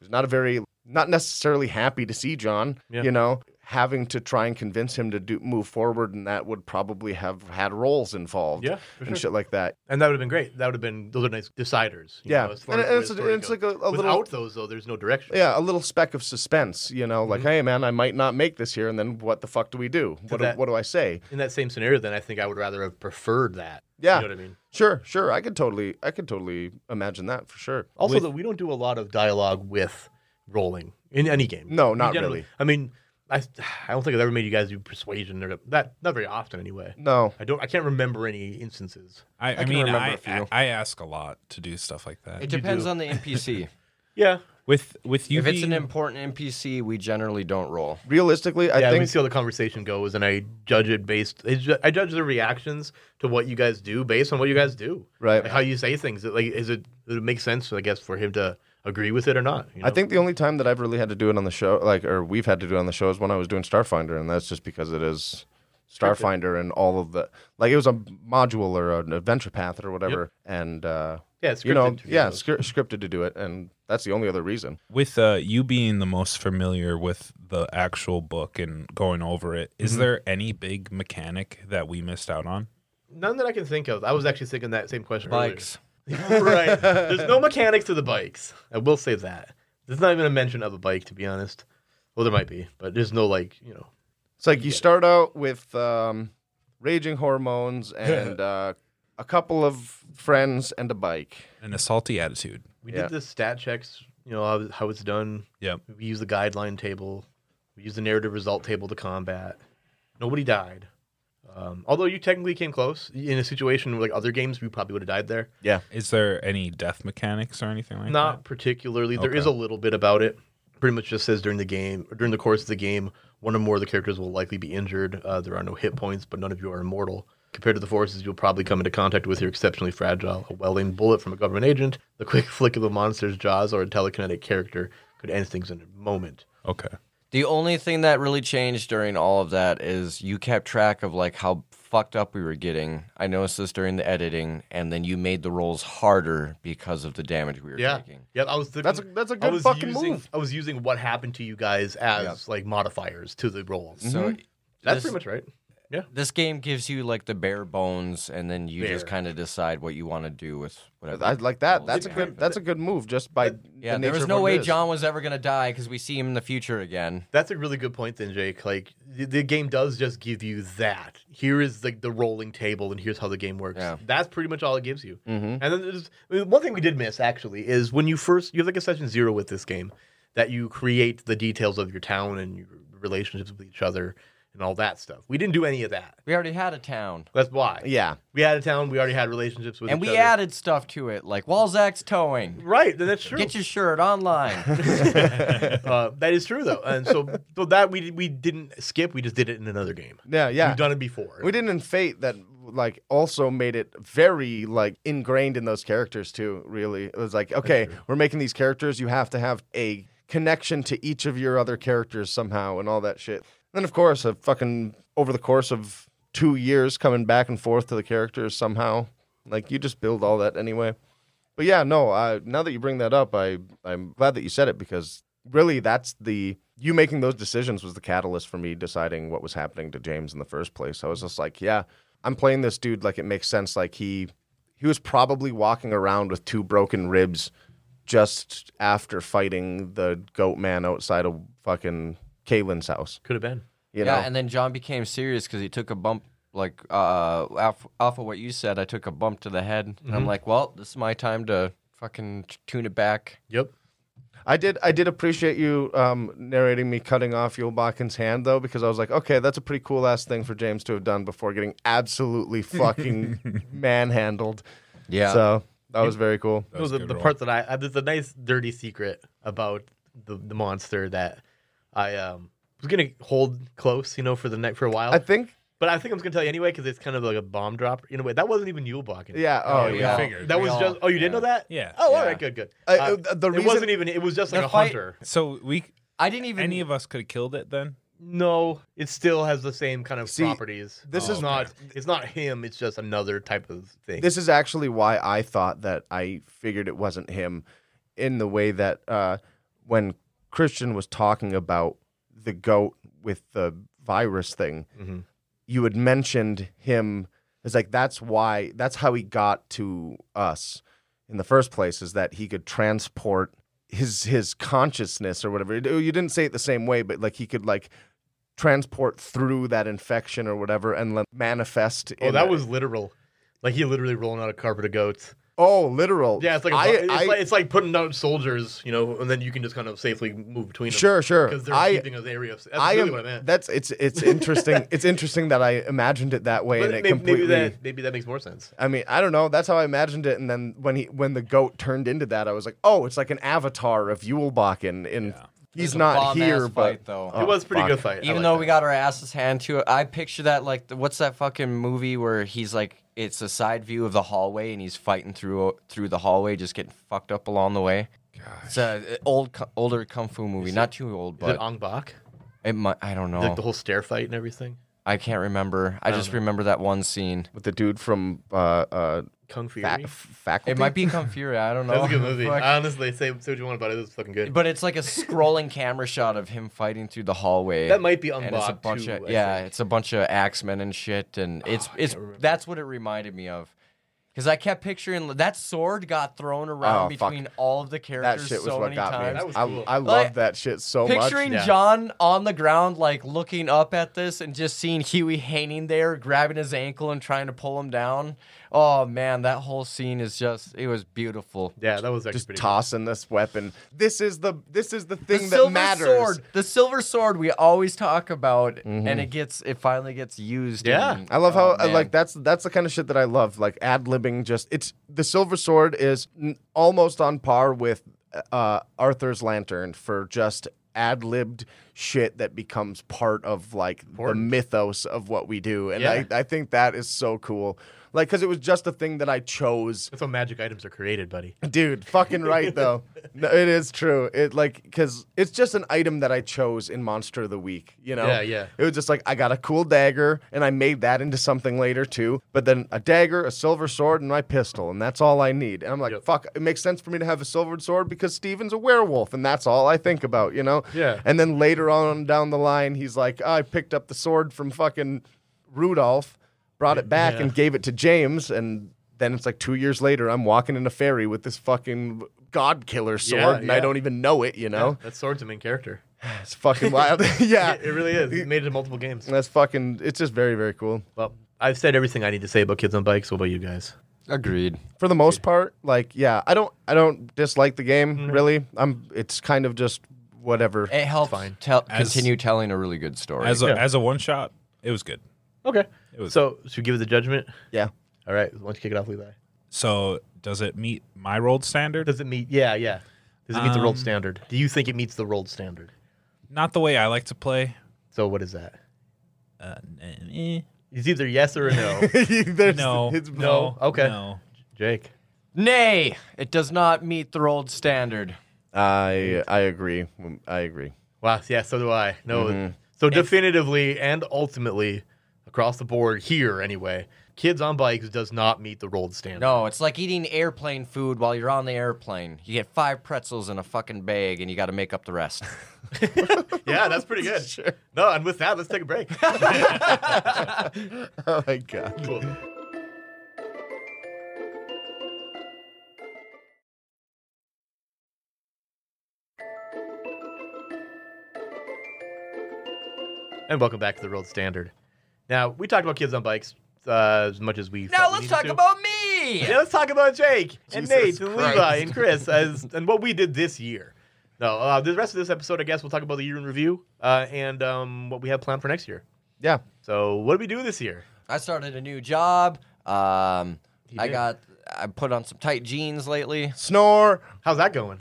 Speaker 3: He's not a very, not necessarily happy to see John.
Speaker 1: Yeah.
Speaker 3: You know, having to try and convince him to do move forward, and that would probably have had roles involved.
Speaker 1: Yeah, for
Speaker 3: and
Speaker 1: sure.
Speaker 3: shit like that.
Speaker 1: And that would have been great. That would have been those are nice deciders. you
Speaker 3: Yeah.
Speaker 1: know, as far
Speaker 3: And-
Speaker 1: as
Speaker 3: and
Speaker 1: where
Speaker 3: it's
Speaker 1: the
Speaker 3: a-
Speaker 1: story
Speaker 3: it's
Speaker 1: goes.
Speaker 3: like a- a little-
Speaker 1: without those though, there's no direction.
Speaker 3: Yeah, a little speck of suspense. You know,
Speaker 1: Mm-hmm.
Speaker 3: like, hey man, I might not make this here, and then what the fuck do we do? What do,
Speaker 1: that-
Speaker 3: what do I say?
Speaker 1: In that same scenario, then I think I would rather have preferred that.
Speaker 3: Yeah.
Speaker 1: you know what I mean.
Speaker 3: Sure, sure. I could totally, I could totally imagine that for sure.
Speaker 1: Also,
Speaker 4: With-
Speaker 1: though, we don't do a lot of dialogue with rolling in any game.
Speaker 3: No,
Speaker 1: We
Speaker 3: not
Speaker 1: generally-
Speaker 3: really.
Speaker 1: I mean, I I don't think I've ever made you guys do persuasion or that not very often anyway.
Speaker 3: No,
Speaker 1: I don't. I can't remember any instances.
Speaker 4: I, I,
Speaker 3: can
Speaker 4: mean,
Speaker 3: remember
Speaker 4: I,
Speaker 3: a few.
Speaker 4: I I ask a lot to do stuff like that.
Speaker 2: It depends on the NPC.
Speaker 1: Yeah,
Speaker 4: With with you,
Speaker 2: if it's an
Speaker 4: being-
Speaker 2: important NPC, we generally don't roll.
Speaker 3: realistically, I
Speaker 1: yeah. Let me
Speaker 3: think
Speaker 1: see how the conversation goes, and I judge it based. I ju- I judge the reactions to what you guys do based on what you guys do.
Speaker 3: Right.
Speaker 1: Like how you say things. Like, is it? Does it make sense? I guess for him to agree with it or not. you
Speaker 3: I
Speaker 1: know?
Speaker 3: think the only time that I've really had to do it on the show, like, or we've had to do it on the show, is when I was doing Starfinder, and that's just because it is Starfinder and all of the like. It was a module or an adventure path or whatever, and uh,
Speaker 1: Yeah, it's
Speaker 3: you know,
Speaker 1: scripted to do
Speaker 3: yeah,
Speaker 1: those.
Speaker 3: scr- scripted to do it, and that's the only other reason.
Speaker 4: with uh, you being the most familiar with the actual book and going over it, is there any big mechanic that we missed out on?
Speaker 1: none that I can think of. I was actually thinking that same question. earlier.
Speaker 2: Bikes.
Speaker 1: right. There's no mechanics to the bikes. I will say that. There's not even a mention of a bike, to be honest. Well, there might be, but there's no like, you know.
Speaker 3: It's like you start out with um, raging hormones and uh, a couple of friends and a bike.
Speaker 4: An assaulty attitude.
Speaker 1: We
Speaker 3: Yeah.
Speaker 1: did the stat checks. You know how, how it's done.
Speaker 4: Yep.
Speaker 1: We use the guideline table. We use the narrative result table to combat. Nobody died. Um, although you technically came close in a situation like other games, we probably would have died there.
Speaker 4: Is there any death mechanics or anything like
Speaker 1: Not
Speaker 4: that?
Speaker 1: particularly. There
Speaker 4: Okay.
Speaker 1: is a little bit about it. Pretty much just says during the game, or during the course of the game, one or more of the characters will likely be injured. Uh, there are no hit points, but none of you are immortal. Compared to the forces you'll probably come into contact with, you're exceptionally fragile. A well aimed bullet from a government agent, the quick flick of a monster's jaws, or a telekinetic character could end things in a moment.
Speaker 4: Okay.
Speaker 2: The only thing that really changed during all of that is you kept track of like how fucked up we were getting. I noticed this during the editing, and then you made the rolls harder because of the damage we were
Speaker 1: Yeah,
Speaker 2: taking.
Speaker 1: yeah. I was thinking,
Speaker 3: That's a- that's a
Speaker 1: I
Speaker 3: good
Speaker 1: was
Speaker 3: fucking
Speaker 1: using,
Speaker 3: move.
Speaker 1: I was using what happened to you guys as like modifiers to the rolls.
Speaker 2: So
Speaker 3: Mm-hmm.
Speaker 1: That's
Speaker 2: this-
Speaker 1: pretty much right.
Speaker 2: This game gives you like the bare bones, and then you just
Speaker 1: Bare.
Speaker 2: kind of decide what you want to do with whatever.
Speaker 3: I like
Speaker 1: Oh,
Speaker 3: that.
Speaker 2: rolls
Speaker 3: That's a
Speaker 2: you
Speaker 3: good.
Speaker 2: have.
Speaker 3: That's a good move. Just by
Speaker 2: Yeah,
Speaker 3: the
Speaker 2: there
Speaker 3: nature
Speaker 2: was
Speaker 3: of
Speaker 2: no
Speaker 3: what it
Speaker 2: way
Speaker 3: is.
Speaker 2: John was ever gonna die because we see him in the future again.
Speaker 1: That's a really good point, then, Jake. Like the, the game does just give you that. Here is like the rolling table, and here's how the game works.
Speaker 2: Yeah. Mm-hmm.
Speaker 1: That's pretty much all it gives you. And then there's I mean, one thing we did miss actually is when you first you have like a session zero with this game that you create the details of your town and your relationships with each other and all that stuff. We didn't do any of that.
Speaker 2: We already had a town.
Speaker 1: That's why.
Speaker 3: Yeah,
Speaker 1: We had a town. We already had relationships with.
Speaker 2: And
Speaker 1: each
Speaker 2: we
Speaker 1: other.
Speaker 2: added stuff to it, like Walzak's towing.
Speaker 1: Right, then that's true.
Speaker 2: Get your shirt online.
Speaker 1: uh, that is true though, and so so that we we didn't skip. We just did it in another game.
Speaker 3: yeah, yeah.
Speaker 1: We've done it before.
Speaker 3: We didn't in Fate that like also made it very like ingrained in those characters too. Really, it was like okay, we're making these characters. You have to have a connection to each of your other characters somehow, and all that shit. then of course, a fucking over the course of two years coming back and forth to the characters somehow. Like you just build all that anyway. But yeah, no. I, now that you bring that up, I I'm glad that you said it because really, that's the you making those decisions was the catalyst for me deciding what was happening to James in the first place. I was just like, yeah, I'm playing this dude like it makes sense. Like he he was probably walking around with two broken ribs just after fighting the goat man outside of fucking Kaylin's house.
Speaker 1: Could have been.
Speaker 3: You
Speaker 2: yeah,
Speaker 3: know,
Speaker 2: and then John became serious because he took a bump, like uh, off, off of what you said. I took a bump to the head, and
Speaker 1: Mm-hmm.
Speaker 2: I'm like, well, this is my time to fucking t- tune it back.
Speaker 1: Yep.
Speaker 3: I did. I did appreciate you um, narrating me cutting off Yulbakin's hand though, because I was like, okay, that's a pretty cool ass thing for James to have done before getting absolutely fucking manhandled.
Speaker 2: Yeah.
Speaker 3: So that was very cool.
Speaker 1: It was
Speaker 4: was a
Speaker 1: the,
Speaker 4: good
Speaker 1: the
Speaker 4: roll.
Speaker 1: part that I, I there's a nice dirty secret about the, the monster that I um was gonna hold close, you know, for the night for a while.
Speaker 3: I think
Speaker 1: But I think I'm just gonna tell you anyway because it's kind of like a bomb drop in a way. That wasn't even Yule blocking.
Speaker 3: Yeah. Oh,
Speaker 4: we
Speaker 3: yeah.
Speaker 4: all figured.
Speaker 1: That
Speaker 2: We
Speaker 1: was
Speaker 2: all-
Speaker 1: just. Oh, you didn't
Speaker 2: yeah.
Speaker 1: know that?
Speaker 4: Yeah.
Speaker 1: Oh, all
Speaker 2: Yeah.
Speaker 1: right. Good. Good.
Speaker 3: Uh, uh, the the
Speaker 1: it
Speaker 3: reason
Speaker 1: wasn't even. It was just like
Speaker 2: The
Speaker 1: a
Speaker 2: fight-
Speaker 1: hunter.
Speaker 4: So we
Speaker 2: I didn't even.
Speaker 4: any of us could have killed it then.
Speaker 1: No, it still has the same kind of
Speaker 3: See,
Speaker 1: properties.
Speaker 3: this
Speaker 1: it's
Speaker 4: is-
Speaker 1: not. It's not him. It's just another type of thing.
Speaker 3: This is actually why I thought that I figured it wasn't him in the way that uh, when Christian was talking about the goat with the virus thing,
Speaker 1: Mhm.
Speaker 3: you had mentioned him as like, that's why, that's how he got to us in the first place, is that he could transport his his consciousness or whatever. You didn't say it the same way, but like he could like transport through that infection or whatever and let manifest.
Speaker 1: oh,
Speaker 3: in
Speaker 1: that
Speaker 3: a-
Speaker 1: was literal. Like he literally rolling out a carpet of goats.
Speaker 3: oh literal.
Speaker 1: Yeah, it's like, a,
Speaker 3: I-
Speaker 1: it's,
Speaker 3: I-
Speaker 1: like it's like putting out soldiers, you know, and then you can just kind of safely move between them.
Speaker 3: Sure, sure.
Speaker 1: because they're
Speaker 3: I,
Speaker 1: keeping those areas. That's
Speaker 3: I
Speaker 1: really
Speaker 3: am.
Speaker 1: what I meant.
Speaker 3: That's it's it's interesting. it's interesting that I imagined it that way,
Speaker 1: But
Speaker 3: and it
Speaker 1: may- maybe,
Speaker 3: completely.
Speaker 1: that maybe that makes more sense.
Speaker 3: I mean, I don't know. That's how I imagined it, and then when he when the goat turned into that, I was like, oh, it's like an avatar of Yulbakken, and he's
Speaker 2: There's a
Speaker 3: not
Speaker 2: bomb-ass
Speaker 3: here, but
Speaker 2: fight, though.
Speaker 3: Oh,
Speaker 1: it was a pretty
Speaker 3: fuck.
Speaker 1: good fight. I
Speaker 2: even
Speaker 1: like
Speaker 2: though
Speaker 1: that.
Speaker 2: we got our asses handed to it, I picture that like the, what's that fucking movie where he's like it's a side view of the hallway and he's fighting through uh, through the hallway, just getting fucked up along the way. It's a old cu- older kung fu movie, not too old,
Speaker 1: Is it
Speaker 2: but
Speaker 1: Ong Bak?
Speaker 2: it might. I don't know.
Speaker 1: Like the whole stair fight and everything.
Speaker 2: I can't remember. I, just remember that one scene.
Speaker 3: with the dude from uh uh
Speaker 1: Kung Fury.
Speaker 3: fac- faculty.
Speaker 2: It might be Kung Fury. I don't know.
Speaker 1: That's a good movie.
Speaker 2: Fuck.
Speaker 1: Honestly, say, say what you want about it. It was fucking good.
Speaker 2: but it's like a scrolling camera shot of him fighting through the hallway.
Speaker 1: That might be
Speaker 2: and it's a
Speaker 1: unblocked
Speaker 2: bunch
Speaker 1: too.
Speaker 2: of
Speaker 1: I
Speaker 2: yeah,
Speaker 1: think. Ah,
Speaker 2: it's a bunch of axemen and shit, and it's it's
Speaker 1: remember.
Speaker 2: that's what it reminded me of. Because I kept picturing that sword got thrown around
Speaker 3: Oh, fuck.
Speaker 2: between all of the
Speaker 3: that
Speaker 2: characters
Speaker 3: shit was
Speaker 2: so
Speaker 3: what
Speaker 2: many
Speaker 3: got
Speaker 2: times.
Speaker 1: That
Speaker 3: me.
Speaker 1: was
Speaker 3: I,
Speaker 1: cool.
Speaker 3: I love
Speaker 2: Like,
Speaker 3: that shit so
Speaker 2: Picturing
Speaker 3: much.
Speaker 1: Yeah.
Speaker 2: John on the ground, like looking up at this, and just seeing Huey hanging there, grabbing his ankle and trying to pull him down. Oh man, that whole scene is just—it was beautiful.
Speaker 1: Yeah, that was actually
Speaker 3: Just
Speaker 1: pretty. good.
Speaker 3: tossing this weapon. This is the this is the
Speaker 2: the
Speaker 3: thing that
Speaker 2: silver
Speaker 3: matters.
Speaker 2: sword, the silver sword we always talk about, and it gets it finally gets used.
Speaker 1: Yeah.
Speaker 2: in-
Speaker 3: I love
Speaker 2: oh,
Speaker 3: how I
Speaker 2: man.
Speaker 3: like that's that's the kind of shit that I love. Like ad libbing, just it's the Silver Sword is n- almost on par with uh, Arthur's Lantern for just ad libbed shit that becomes part of like
Speaker 1: Important.
Speaker 3: the mythos of what we do, and
Speaker 1: Yeah.
Speaker 3: I, I think that is so cool. Like, cause it was just a thing that I chose
Speaker 1: That's how magic items are created, buddy.
Speaker 3: Dude, fucking right though. No, it is true. It like because it's just an item that I chose in Monster of the Week. You know.
Speaker 1: Yeah, yeah.
Speaker 3: It was just like I got a cool dagger, and I made that into something later too. But then a dagger, a silver sword, and my pistol, and that's all I need. And I'm like,
Speaker 1: Yep.
Speaker 3: fuck. It makes sense for me to have a silver sword because Steven's a werewolf, and that's all I think about. You know.
Speaker 1: Yeah.
Speaker 3: And then later on down the line, he's like, "Oh, I picked up the sword from fucking Rudolph, brought it back,
Speaker 1: Yeah.
Speaker 3: and gave it to James. And then it's like two years later, I'm walking in a ferry with this fucking god killer sword,
Speaker 1: Yeah,
Speaker 3: and
Speaker 1: yeah.
Speaker 3: I don't even know it, you know?
Speaker 1: That sword's the main character.
Speaker 3: It's fucking wild. yeah.
Speaker 1: It really is. It made it to multiple games.
Speaker 3: That's fucking, it's just very, very cool.
Speaker 1: Well, I've said everything I need to say about kids on bikes. What about you guys?
Speaker 2: Agreed.
Speaker 3: For the most part, like, yeah, I don't, I don't dislike the game,
Speaker 1: Mm-hmm.
Speaker 3: really. I'm, it's kind of just whatever.
Speaker 2: It helps
Speaker 1: fine.
Speaker 2: tell,
Speaker 4: As-
Speaker 2: continue telling a really good story.
Speaker 4: As a,
Speaker 1: Yeah.
Speaker 4: as a one shot, it was good.
Speaker 1: Okay.
Speaker 4: was-
Speaker 1: So, should we give it the judgment?
Speaker 3: Yeah.
Speaker 1: All right. Why don't you kick it off, Levi?
Speaker 4: So does it meet my rolled standard?
Speaker 1: Does it meet? Yeah, yeah. Does it meet the rolled
Speaker 4: Um,
Speaker 1: standard? Do you think it meets the rolled standard?
Speaker 4: Not the way I like to play.
Speaker 1: So, what is that?
Speaker 4: Uh, eh.
Speaker 1: It's either yes or a no.
Speaker 3: There's-
Speaker 4: no,
Speaker 3: it's-
Speaker 4: no,
Speaker 1: okay.
Speaker 4: no.
Speaker 1: Jake.
Speaker 2: Nay, it does not meet the old standard.
Speaker 3: I, I agree. I agree.
Speaker 1: Wow. Yeah. So do I. No.
Speaker 4: Mm-hmm.
Speaker 1: So definitively and ultimately, across the board here anyway, kids on bikes does not meet the rolled standard.
Speaker 2: No, it's like eating airplane food while you're on the airplane. You get five pretzels in a fucking bag, and you got to make up the rest.
Speaker 1: Yeah, that's pretty good. sure. No, and with that, let's take a break.
Speaker 3: Oh my god.
Speaker 1: Cool. And welcome back to the Road Standard. Now we talked about kids on bikes uh, as much as we. thought
Speaker 2: now
Speaker 1: we
Speaker 2: let's
Speaker 1: needed
Speaker 2: talk
Speaker 1: to.
Speaker 2: about me.
Speaker 1: Yeah, let's talk about Jake and Nate
Speaker 3: Jesus
Speaker 1: and
Speaker 3: Christ.
Speaker 1: Levi and Chris as, and what we did this year. No, uh, the rest of this episode, I guess, we'll talk about the year in review uh, and um, what we have planned for next year.
Speaker 3: Yeah.
Speaker 1: So, what did we do this year?
Speaker 2: I started a new job. Um, I
Speaker 1: did.
Speaker 2: got I put on some tight jeans lately.
Speaker 3: Snore.
Speaker 1: How's that going?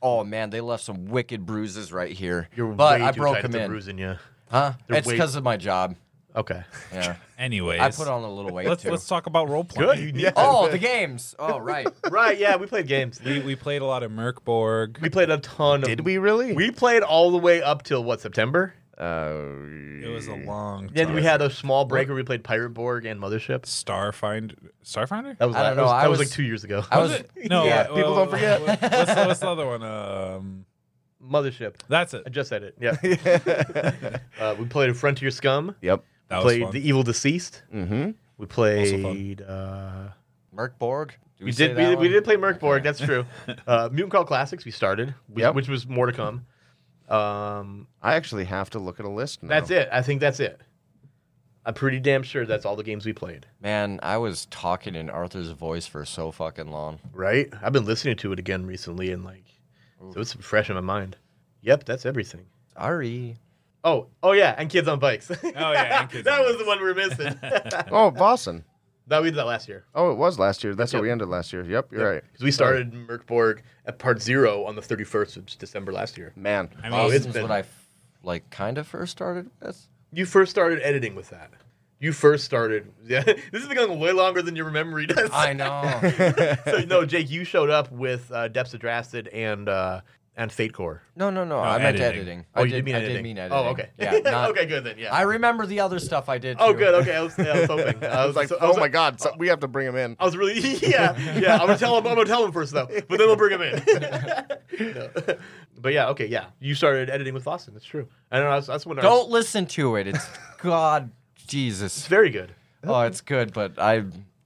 Speaker 2: Oh man, they left some wicked bruises right here.
Speaker 1: You're
Speaker 2: but
Speaker 1: way
Speaker 2: I
Speaker 1: too
Speaker 2: broke
Speaker 1: tight at
Speaker 2: them
Speaker 1: the
Speaker 2: in.
Speaker 1: bruising you.
Speaker 2: Huh?
Speaker 1: They're
Speaker 2: it's
Speaker 1: way-
Speaker 2: because of my job.
Speaker 1: Okay.
Speaker 2: Yeah.
Speaker 4: Anyways,
Speaker 2: I put on a little weight
Speaker 4: let's
Speaker 2: too.
Speaker 4: let's talk about role
Speaker 1: Good.
Speaker 4: playing.
Speaker 1: You
Speaker 3: Yeah.
Speaker 2: oh, the games. Oh, right.
Speaker 1: Right. Yeah, we played games.
Speaker 4: We we played a lot of Merkborg.
Speaker 1: We played a ton.
Speaker 3: Did
Speaker 1: of,
Speaker 3: we really?
Speaker 1: We played all the way up till what September.
Speaker 3: Uh,
Speaker 4: It was a long.
Speaker 1: Then we
Speaker 4: time.
Speaker 1: had a small break where we played Pirate Borg and Mothership.
Speaker 4: Starfind Starfinder.
Speaker 1: That was
Speaker 2: I
Speaker 1: la- that was-
Speaker 2: don't know, I
Speaker 1: that was
Speaker 2: was-
Speaker 1: like two years ago.
Speaker 2: I was-
Speaker 4: no.
Speaker 2: Yeah,
Speaker 4: uh,
Speaker 3: people don't forget.
Speaker 4: What's, the- what's the other one? Um,
Speaker 1: Mothership.
Speaker 4: that's
Speaker 1: I
Speaker 4: it.
Speaker 1: just said it. Yeah.
Speaker 3: yep.
Speaker 1: Uh, we played Frontier Scum.
Speaker 4: That
Speaker 1: We
Speaker 4: was
Speaker 1: played
Speaker 4: fun.
Speaker 1: The Evil Deceased.
Speaker 3: Mm-hmm.
Speaker 1: We
Speaker 4: fun.
Speaker 1: played. Uh,
Speaker 2: Merkborg.
Speaker 1: we,
Speaker 2: say
Speaker 1: did. We,
Speaker 2: that
Speaker 1: did- we
Speaker 2: one?
Speaker 1: did play Merkborg. That's true. Uh, Mutant Call Classics. We started, which,
Speaker 3: Yep.
Speaker 1: which was more to come. Um,
Speaker 3: I actually have to look at a list now.
Speaker 1: That's it. I think that's it. I'm pretty damn sure that's all the games we played.
Speaker 2: Man, I was talking in Arthur's voice for so fucking long.
Speaker 1: Right? I've been listening to it again recently, and like, so it's fresh in my mind. Yep, that's everything.
Speaker 2: Re.
Speaker 1: Oh, oh yeah, and kids on bikes. oh
Speaker 4: yeah, and Kids
Speaker 1: that
Speaker 4: on
Speaker 1: was the one we were missing.
Speaker 3: Oh, Boston.
Speaker 1: that we did that last year
Speaker 3: Oh, it was last year. That's what we ended last year. Yep, you're right.
Speaker 1: because we started Merkborg at part zero on the 31st of December last year.
Speaker 3: Man.
Speaker 4: I mean,
Speaker 1: Oh, it's
Speaker 2: Boston's
Speaker 1: been-
Speaker 2: what I f- like kind of first started with.
Speaker 1: You first started editing with that. You first started. Yeah, this has been going way longer than your memory does.
Speaker 2: I know.
Speaker 1: so no, Jake, you showed up with uh, Depths of Drasted and uh, and Fate Core.
Speaker 2: No, no, no. I meant
Speaker 4: editing.
Speaker 2: editing.
Speaker 1: Oh,
Speaker 2: I
Speaker 1: you did mean
Speaker 2: I
Speaker 1: editing.
Speaker 2: did mean editing.
Speaker 1: Oh, okay.
Speaker 2: Yeah. Not,
Speaker 1: okay, good then. Yeah.
Speaker 2: I remember the other stuff I did.
Speaker 1: oh,
Speaker 2: too.
Speaker 1: good. Okay, I was, yeah, I was hoping. I
Speaker 3: I
Speaker 1: was
Speaker 3: was like,
Speaker 1: so- I
Speaker 3: oh
Speaker 1: was
Speaker 3: my
Speaker 1: like- uh,
Speaker 3: God, so we have to bring him in.
Speaker 1: I was really, yeah, yeah. I'm gonna tell him. I'm gonna tell him first though, but then we'll bring him in. No. But yeah, okay, yeah. You started editing with Boston. That's true. And I was, that's when I was,
Speaker 2: Don't listen to it. It's God,
Speaker 1: it's
Speaker 2: Jesus.
Speaker 1: very good.
Speaker 2: Oh, it's good, but I,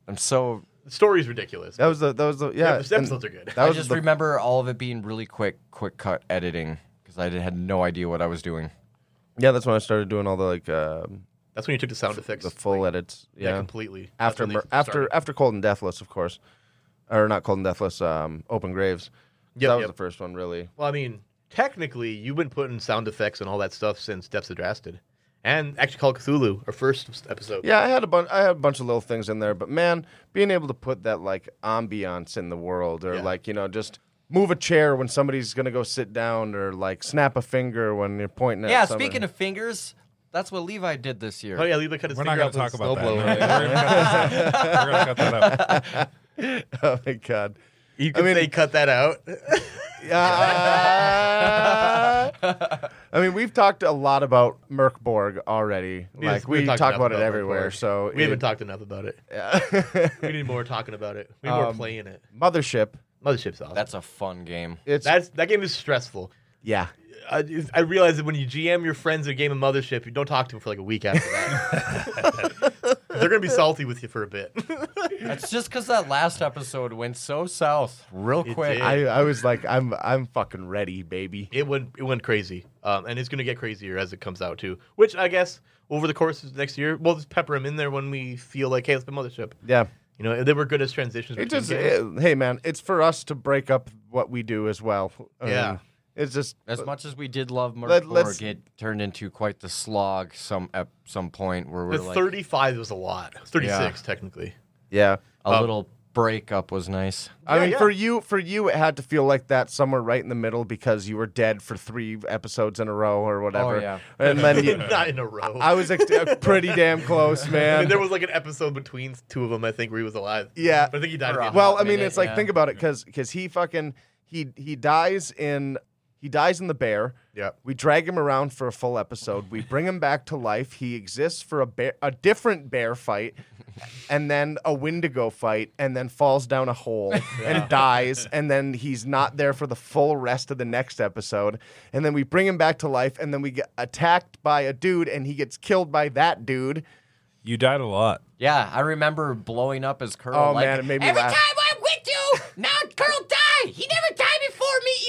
Speaker 2: I'm so.
Speaker 1: The story's ridiculous.
Speaker 3: That was the, that was the, yeah.
Speaker 1: Yeah, the
Speaker 3: and
Speaker 1: episodes are good.
Speaker 3: That
Speaker 2: I
Speaker 3: was
Speaker 2: just
Speaker 3: the,
Speaker 2: remember all of it being really quick, quick cut editing because I had no idea what I was doing.
Speaker 3: yeah, that's when I started doing all the, like, um
Speaker 1: That's when you took the sound effects.
Speaker 3: the full edits.
Speaker 1: yeah,
Speaker 3: Yeah.
Speaker 1: completely. That's
Speaker 3: after
Speaker 1: when they
Speaker 3: mur- after
Speaker 1: started.
Speaker 3: after Cold and Deathless, of course, or not Cold and Deathless, um, Open Graves.
Speaker 1: Yep,
Speaker 3: that was
Speaker 1: yep.
Speaker 3: the first one, really.
Speaker 1: Well, I mean, technically, you've been putting sound effects and all that stuff since Depths of Drasted, and actually Call of Cthulhu, our first episode.
Speaker 3: Yeah, I had a bunch. I had a bunch of little things in there, but man, being able to put that like ambiance in the world, or
Speaker 1: Yeah.
Speaker 3: like you know, just move a chair when somebody's gonna go sit down, or like snap a finger when you're pointing.
Speaker 2: yeah,
Speaker 3: at somebody.
Speaker 2: speaking of fingers, that's what Levi did this year.
Speaker 1: Oh yeah, Levi cut his
Speaker 4: We're not
Speaker 1: finger
Speaker 4: gonna
Speaker 1: out
Speaker 4: talk
Speaker 1: with a
Speaker 4: about that.
Speaker 1: snowblower.
Speaker 4: We're gonna cut that out.
Speaker 3: oh my god,
Speaker 1: You can
Speaker 3: mean-
Speaker 1: say cut that out.
Speaker 3: yeah. I mean, we've talked a lot about Merkborg already. like we,
Speaker 1: we've
Speaker 3: talk
Speaker 1: talked
Speaker 3: about,
Speaker 1: enough
Speaker 3: it
Speaker 1: about
Speaker 3: everywhere.
Speaker 1: Merkborg.
Speaker 3: So
Speaker 1: we haven't
Speaker 3: it-
Speaker 1: talked enough about it. We need more talking about it. We need
Speaker 3: Um,
Speaker 1: more playing it.
Speaker 3: Mothership.
Speaker 1: Mothership's awesome.
Speaker 2: That's a fun game.
Speaker 3: It's
Speaker 1: That's that game is stressful.
Speaker 3: yeah.
Speaker 1: I, I realize that when you GM your friends a game of Mothership, you don't talk to them for like a week after that. They're gonna be salty with you for a bit.
Speaker 2: It's just because that last episode went so south real
Speaker 1: It
Speaker 2: quick.
Speaker 1: did.
Speaker 3: I, I was like, I'm I'm fucking ready, baby.
Speaker 1: it went it went crazy, um, and it's gonna get crazier as it comes out too. Which I guess over the course of next year, we'll just pepper them in there when we feel like, hey, let's play Mothership.
Speaker 3: Yeah.
Speaker 1: You know, they were good as transitions.
Speaker 3: It
Speaker 1: between
Speaker 3: just
Speaker 1: games.
Speaker 3: it- hey man, it's for us to break up what we do as well. I
Speaker 1: Yeah.
Speaker 3: mean, it's just uh,
Speaker 2: As much as we did love
Speaker 3: Let-
Speaker 2: Merc
Speaker 3: let's-
Speaker 2: Borg, it turned into quite the slog some at some point where we're
Speaker 1: the
Speaker 2: like
Speaker 1: 35 was a lot. 36 technically.
Speaker 3: yeah.
Speaker 2: a little breakup was nice.
Speaker 3: I
Speaker 1: Yeah,
Speaker 3: mean,
Speaker 1: yeah.
Speaker 3: for you, for you, it had to feel like that somewhere right in the middle because you were dead for three episodes in a row or
Speaker 1: Oh,
Speaker 3: whatever.
Speaker 2: yeah.
Speaker 3: And then you,
Speaker 1: Not in a row.
Speaker 3: I was ex- uh, pretty damn close, man.
Speaker 1: And there was like an episode between two of them, I think, where he was alive.
Speaker 3: Yeah.
Speaker 1: But I think he died.
Speaker 2: Or
Speaker 1: at the end.
Speaker 3: Well, I
Speaker 2: hot
Speaker 3: mean,
Speaker 2: minute,
Speaker 3: it's like
Speaker 2: yeah.
Speaker 3: think about it, because he fucking he he dies in he dies in the bear.
Speaker 1: Yeah.
Speaker 3: We drag him around for a full episode. We bring him back to life. He exists for a bear, a different bear fight, and then a Wendigo fight, and then falls down a hole and dies. And then he's not there for the full rest of the next episode. And then we bring him back to life, and then we get attacked by a dude, and he gets killed by that dude.
Speaker 4: You died a lot.
Speaker 2: Yeah, I remember blowing up his curl.
Speaker 3: Oh,
Speaker 2: like,
Speaker 3: man, it made me
Speaker 2: Every
Speaker 3: laugh."
Speaker 2: time I'm with you, now curl die. He never died before. Meet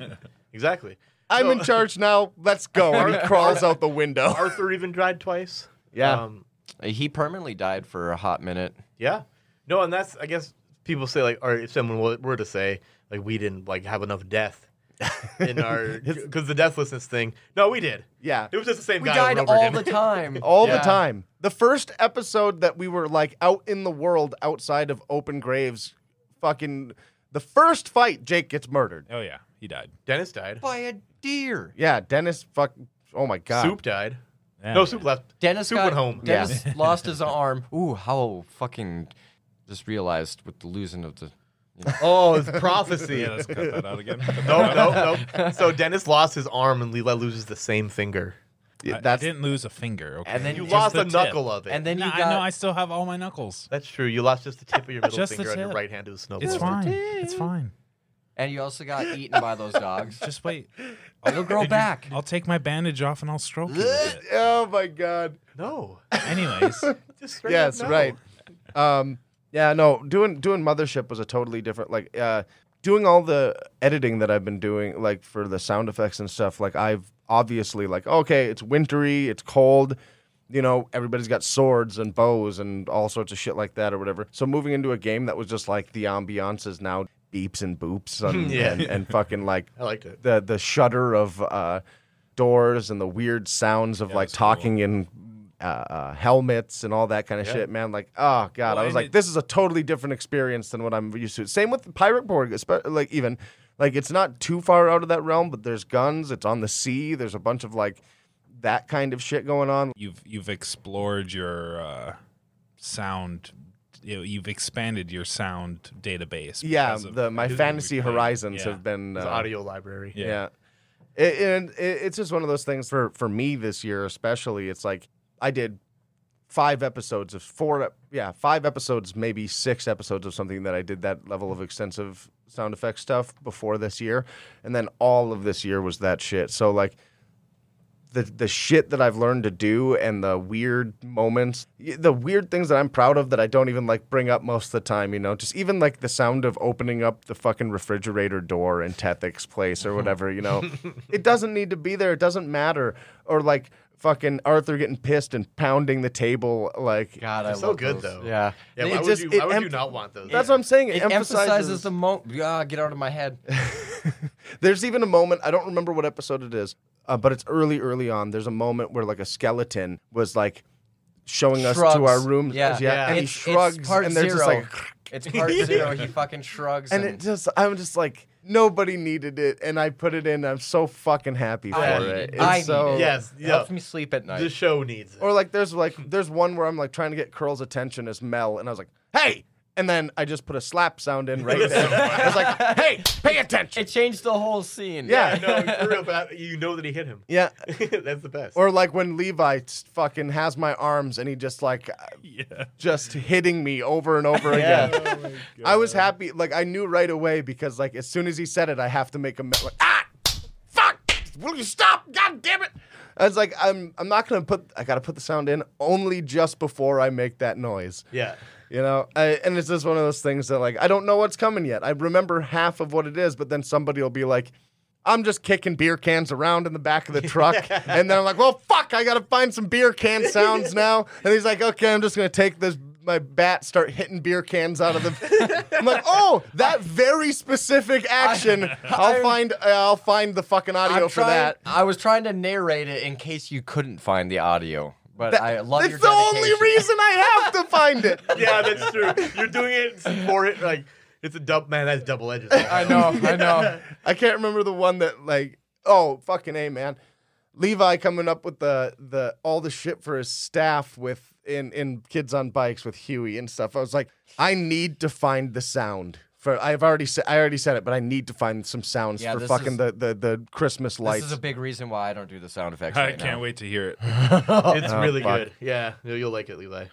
Speaker 2: you.
Speaker 1: Exactly.
Speaker 3: I'm
Speaker 1: So-
Speaker 3: in charge now. Let's go. And he crawls out the window.
Speaker 1: Arthur even died twice.
Speaker 3: Yeah.
Speaker 1: Um,
Speaker 2: He permanently died for a hot minute.
Speaker 1: yeah. No, and that's I guess people say like, or if someone wa- were to say like we didn't like have enough death in our because the deathlessness thing. No, we did.
Speaker 3: Yeah.
Speaker 1: It was just the same
Speaker 2: We
Speaker 1: guy.
Speaker 2: died
Speaker 1: over and
Speaker 2: all
Speaker 1: over
Speaker 2: the
Speaker 1: again.
Speaker 2: time. Oh,
Speaker 3: all the
Speaker 2: Yeah.
Speaker 3: time. The first episode that we were like out in the world outside of open graves, fucking the first fight, Jake gets murdered.
Speaker 4: Oh yeah, he died.
Speaker 1: Dennis died.
Speaker 2: by a deer.
Speaker 3: Yeah, Dennis fuck oh my god.
Speaker 1: Soup died.
Speaker 4: Yeah.
Speaker 1: No soup left.
Speaker 2: Dennis
Speaker 1: soup
Speaker 2: got
Speaker 1: went home.
Speaker 2: Dennis lost his arm. Ooh, how fucking just realized with the losing of the. You know,
Speaker 1: Oh, it's prophecy.
Speaker 4: Yeah, let's cut that out again.
Speaker 1: Nope, nope, nope. So Dennis lost his arm, and Leela loses the same finger.
Speaker 3: Yeah,
Speaker 4: I, I
Speaker 3: that's
Speaker 4: didn't lose a finger. Okay.
Speaker 2: And then
Speaker 1: You
Speaker 2: Just
Speaker 1: lost
Speaker 4: the
Speaker 1: a
Speaker 4: tip.
Speaker 1: knuckle of it.
Speaker 2: and then
Speaker 4: No,
Speaker 2: you
Speaker 4: I know.
Speaker 2: got
Speaker 4: I still have all my knuckles.
Speaker 1: That's true. You lost just the tip of your middle
Speaker 4: Just the
Speaker 1: finger on your
Speaker 4: tip.
Speaker 1: right hand to the snowball.
Speaker 4: It's fine. It's
Speaker 2: tip.
Speaker 4: fine.
Speaker 2: and you also got eaten by those dogs.
Speaker 4: Just wait.
Speaker 2: It'll grow
Speaker 4: Did you-
Speaker 2: back.
Speaker 4: I'll take my bandage off and I'll stroke you with it.
Speaker 3: oh my god.
Speaker 1: No.
Speaker 4: Anyways,
Speaker 1: Just straight up
Speaker 3: yes,
Speaker 1: no.
Speaker 3: right. Um, yeah, no, doing doing mothership was a totally different like uh, doing all the editing that I've been doing like for the sound effects and stuff. Like I've obviously like okay, it's wintry, it's cold. You know, everybody's got swords and bows and all sorts of shit like that or whatever. So moving into a game that was just like the ambiance is now beeps and boops and,
Speaker 1: Yeah.
Speaker 3: and, and fucking like
Speaker 1: I liked it.
Speaker 3: the the shudder of uh, doors and the weird sounds of like
Speaker 4: that's cool.
Speaker 3: talking in uh, uh, helmets and all that kind of
Speaker 1: Yeah.
Speaker 3: shit, man. Like, oh god,
Speaker 4: Well,
Speaker 3: I was
Speaker 4: and
Speaker 3: like,
Speaker 4: it-
Speaker 3: this is a totally different experience than what I'm used to. Same with Pirate Borg, espe- like even like it's not too far out of that realm, but there's guns. It's on the sea. There's a bunch of like that kind of shit going on.
Speaker 4: you've you've explored your uh, sound. You know, you've expanded your sound database.
Speaker 3: Yeah,
Speaker 4: because of
Speaker 3: the my
Speaker 4: who we
Speaker 3: fantasy
Speaker 4: played.
Speaker 3: horizons
Speaker 4: Yeah.
Speaker 3: have been
Speaker 1: It's
Speaker 3: uh,
Speaker 1: audio library.
Speaker 4: Yeah.
Speaker 3: Yeah. It, and it, it's just one of those things for, for me this year, especially. It's like I did five episodes of four, ep- yeah, five episodes, maybe six episodes of something that I did that level of extensive sound effects stuff before this year. And then all of this year was that shit. So, like, the, the shit that I've learned to do and the weird moments, y- the weird things that I'm proud of that I don't even like bring up most of the time, you know, just even like the sound of opening up the fucking refrigerator door in Tethic's place
Speaker 2: Mm-hmm.
Speaker 3: or whatever, you know, it doesn't need to be there. It doesn't matter. Or like fucking Arthur getting pissed and pounding the table. Like,
Speaker 2: God, I
Speaker 1: They're so
Speaker 2: love
Speaker 1: good, though.
Speaker 2: those. Yeah.
Speaker 1: Yeah,
Speaker 3: It
Speaker 1: why,
Speaker 3: just-
Speaker 1: would
Speaker 3: it
Speaker 1: you, why would you
Speaker 3: emph-
Speaker 1: not want those?
Speaker 3: that's what I'm saying.
Speaker 2: It emphasizes, the mo. Ah, get out of my head.
Speaker 3: There's even a moment, I don't remember what episode it is, uh, but it's early, early on. There's a moment where like a skeleton was like showing us to
Speaker 2: Shrugs.
Speaker 3: our rooms.
Speaker 2: Yeah.
Speaker 1: Yeah.
Speaker 3: And he
Speaker 2: It's- it's
Speaker 3: shrugs,
Speaker 2: part
Speaker 3: and they're just
Speaker 2: zero.
Speaker 3: like,
Speaker 2: It's part zero. He fucking shrugs.
Speaker 3: and
Speaker 2: And,
Speaker 3: it just, I'm just like, nobody needed it. And I put it in. I'm so fucking happy for
Speaker 2: I
Speaker 1: need
Speaker 3: it.
Speaker 2: it.
Speaker 3: It's
Speaker 2: I need
Speaker 3: so,
Speaker 2: it.
Speaker 1: Yes.
Speaker 2: it
Speaker 1: Yeah.
Speaker 2: helps me sleep at night.
Speaker 1: The show needs it.
Speaker 3: Or like, there's like, there's one where I'm like trying to get Curl's attention as Mel, and I was like, hey! And then I just put a slap sound in right there. I was like, hey, pay attention!
Speaker 2: it changed the whole scene.
Speaker 3: Yeah.
Speaker 1: yeah, no, for real, but you know that he hit him.
Speaker 3: Yeah,
Speaker 1: that's the best.
Speaker 3: Or like when Levi s- fucking has my arms and he just like uh,
Speaker 4: Yeah.
Speaker 3: just hitting me over and over again. I was happy. Like I knew right away because like as soon as he said it, I have to make a me- like, ah fuck. Will you stop? God damn it! I was like, I'm I'm not gonna put. I gotta put the sound in only just before I make that noise.
Speaker 1: yeah.
Speaker 3: You know, I, and it's just one of those things that like I don't know what's coming yet. I remember half of what it is, but then somebody will be like, "I'm just kicking beer cans around in the back of the truck," and then I'm like, "Well, fuck! I gotta find some beer can sounds now." And he's like, "Okay, I'm just gonna take this." My bat start hitting beer cans out of the. I'm like, oh, that very specific action. I, will find. I'll find the fucking audio
Speaker 2: I'm
Speaker 3: for
Speaker 2: trying-
Speaker 3: that.
Speaker 2: I was trying to narrate it in case you couldn't find the audio, but
Speaker 3: That-
Speaker 2: I love
Speaker 3: it's
Speaker 2: your
Speaker 3: the only
Speaker 2: dedication.
Speaker 3: reason I have to find it.
Speaker 1: Yeah, that's true. You're doing it for it. Like it's a dub. Man, that's double edged.
Speaker 2: I know, I know.
Speaker 3: I can't remember the one that like oh fucking a man, Levi coming up with the the all the shit for his staff with in in kids on bikes with Huey and stuff. I was like, I need to find the sound for I've already said I already said it, but I need to find some sounds
Speaker 2: Yeah,
Speaker 3: for
Speaker 2: this
Speaker 3: fucking
Speaker 2: is-
Speaker 3: the, the the Christmas
Speaker 2: This
Speaker 3: lights.
Speaker 2: is a big reason why I don't do the sound effects.
Speaker 4: I
Speaker 2: right
Speaker 4: can't
Speaker 2: now.
Speaker 4: wait to hear it.
Speaker 1: It's
Speaker 3: Oh,
Speaker 1: really
Speaker 3: fuck.
Speaker 1: good. Yeah, no, you'll like it, Levi.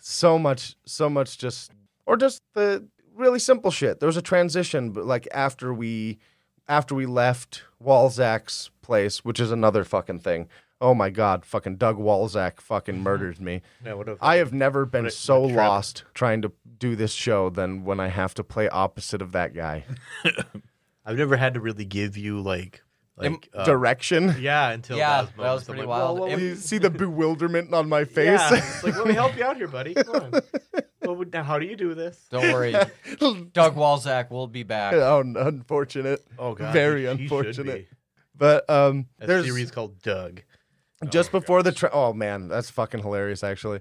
Speaker 3: so much so much just or just the really simple shit there was a transition but like after we after we left walzak's place which is another fucking thing oh my god fucking doug walzak fucking murders me
Speaker 1: Yeah, what a-
Speaker 3: i have never been
Speaker 1: Mm-hmm. What a-
Speaker 3: so
Speaker 1: what a trip.
Speaker 3: lost trying to do this show than when i have to play opposite of that guy
Speaker 1: I've never had to really give you like
Speaker 2: Im-
Speaker 1: like uh,
Speaker 3: direction
Speaker 1: yeah until
Speaker 2: Yeah,
Speaker 1: those
Speaker 2: that
Speaker 1: moments.
Speaker 2: was
Speaker 1: I'm
Speaker 2: pretty
Speaker 1: like,
Speaker 2: wild.
Speaker 1: well, what
Speaker 2: Im-
Speaker 1: would-
Speaker 3: you see the bewilderment on my face
Speaker 1: yeah, it's like let me help you out here, buddy. Come on. What would- now, how do you do this?
Speaker 2: Don't worry, Doug Walzak will be back.
Speaker 3: oh unfortunate
Speaker 1: Oh god,
Speaker 3: very
Speaker 1: he- he should
Speaker 3: unfortunate
Speaker 1: be.
Speaker 3: but um
Speaker 1: A
Speaker 3: there's
Speaker 1: series called Doug.
Speaker 3: just before the tra- oh man that's fucking hilarious actually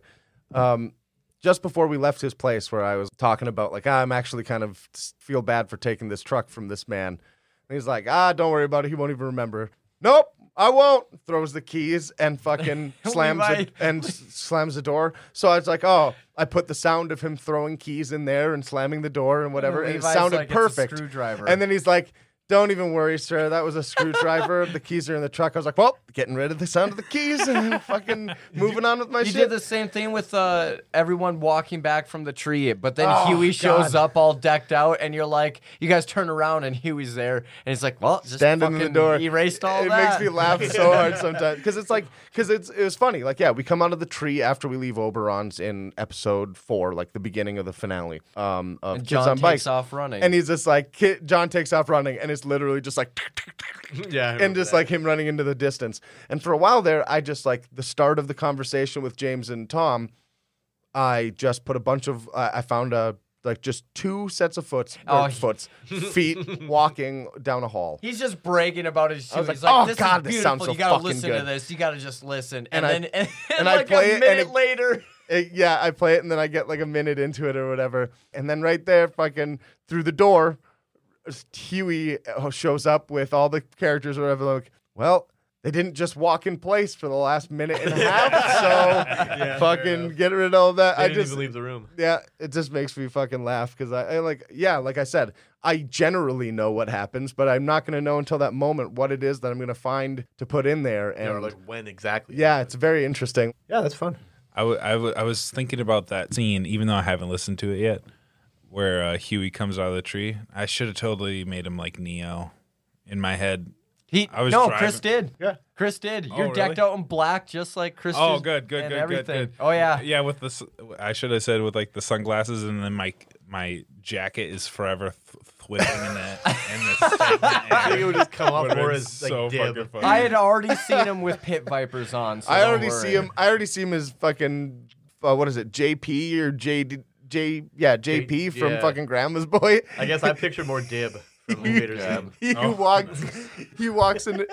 Speaker 3: um just before we left his place where i was talking about like i'm actually kind of "Ah, s- feel bad for taking this truck from this man and he's like ah don't worry about it he won't even remember nope, I won't. Throws the keys and fucking slams it
Speaker 2: might-
Speaker 3: and s- slams the door. So I was like, oh, I put the sound of him throwing keys in there and slamming the door and whatever, and it
Speaker 2: Levi's
Speaker 3: sounded
Speaker 2: like, "It's a
Speaker 3: perfect.
Speaker 2: screwdriver.
Speaker 3: And then he's like. Don't even worry, sir. That was a screwdriver. the keys are in the truck. I was like, well, getting rid of the sound of the keys and fucking moving on with my
Speaker 2: You
Speaker 3: shit.
Speaker 2: did the same thing with uh, everyone walking back from the tree, but then
Speaker 3: Oh,
Speaker 2: Huey shows
Speaker 3: God.
Speaker 2: up all decked out, and you're like, you guys turn around, and Huey's there, and he's like, well, just
Speaker 3: standing in the
Speaker 2: fucking
Speaker 3: door.
Speaker 2: erased all
Speaker 3: It
Speaker 2: that.
Speaker 3: makes me laugh so hard sometimes because it's like because it's it was funny. Like yeah, we come out of the tree after we leave Oberon's in episode four, like the beginning of the finale. Um, of
Speaker 2: And
Speaker 3: Kids
Speaker 2: John
Speaker 3: on
Speaker 2: takes
Speaker 3: Bikes.
Speaker 2: off running.
Speaker 3: And he's just like, Ki- John takes off running, and it's literally just like,
Speaker 1: Yeah, I
Speaker 3: and
Speaker 1: remember
Speaker 3: just
Speaker 1: that.
Speaker 3: like him running into the distance. And for a while there, I just like the start of the conversation with James and Tom. I just put a bunch of I I found a like just two sets of foots,
Speaker 2: Oh,
Speaker 3: or
Speaker 2: he-
Speaker 3: foots, feet walking down a hall.
Speaker 2: He's just bragging about his shoes.
Speaker 3: I was like,
Speaker 2: He's like,
Speaker 3: "Oh,
Speaker 2: this
Speaker 3: God,
Speaker 2: is
Speaker 3: this
Speaker 2: beautiful.
Speaker 3: sounds so
Speaker 2: you gotta
Speaker 3: fucking
Speaker 2: listen to
Speaker 3: good."
Speaker 2: this. You gotta just listen. And,
Speaker 3: And I-
Speaker 2: then, and,
Speaker 3: and I
Speaker 2: like
Speaker 3: play it,
Speaker 2: a
Speaker 3: and
Speaker 2: minute
Speaker 3: it-
Speaker 2: later,
Speaker 3: It- yeah, I play it and then I get like a minute into it or whatever. And then right there, fucking through the door, Huey uh, shows up with all the characters or whatever. Like, well, they didn't just walk in place for the last minute and a half. So
Speaker 1: Yeah, fair
Speaker 3: fucking
Speaker 1: enough.
Speaker 3: get rid of all that.
Speaker 1: They
Speaker 3: I
Speaker 1: didn't
Speaker 3: just,
Speaker 1: even leave the room.
Speaker 3: yeah, it just makes me fucking laugh because I, I like, yeah, like I said, I generally know what happens, but I'm not going to know until that moment what it is that I'm going to find to put in there.
Speaker 1: Yeah, or
Speaker 3: And
Speaker 1: like when exactly?
Speaker 3: yeah, it's very interesting.
Speaker 1: yeah, that's fun.
Speaker 4: I, w- I, w- I was thinking about that scene, even though I haven't listened to it yet, where uh, Huey comes out of the tree. I should have totally made him like Neo in my head.
Speaker 2: he
Speaker 4: I was
Speaker 2: no.
Speaker 4: driving- Oh,
Speaker 2: Chris did.
Speaker 1: Yeah.
Speaker 2: Chris did. You're
Speaker 4: really?
Speaker 2: decked out in black, just like Chris.
Speaker 4: Oh,
Speaker 2: is-
Speaker 4: good, good,
Speaker 2: and
Speaker 4: good,
Speaker 2: everything.
Speaker 4: good, good.
Speaker 2: Oh yeah.
Speaker 4: Yeah, with this, I should have said with like the sunglasses, and then my my jacket is forever th- thwipping in that. in the stagnant
Speaker 1: I
Speaker 4: air.
Speaker 1: think it would just come
Speaker 4: Would've
Speaker 1: off more
Speaker 4: been
Speaker 1: as like
Speaker 4: so
Speaker 1: dib.
Speaker 4: fucking funny.
Speaker 2: I had already seen him with pit vipers on. So
Speaker 3: I
Speaker 2: don't
Speaker 3: already see
Speaker 2: worry.
Speaker 3: him. I already see him as fucking uh, what is it? JP or JD, J yeah JP from
Speaker 1: yeah.
Speaker 3: fucking Grandma's Boy.
Speaker 1: I guess I pictured more dib from Invader Zim.
Speaker 3: he
Speaker 4: Oh.
Speaker 3: walks. He walks in.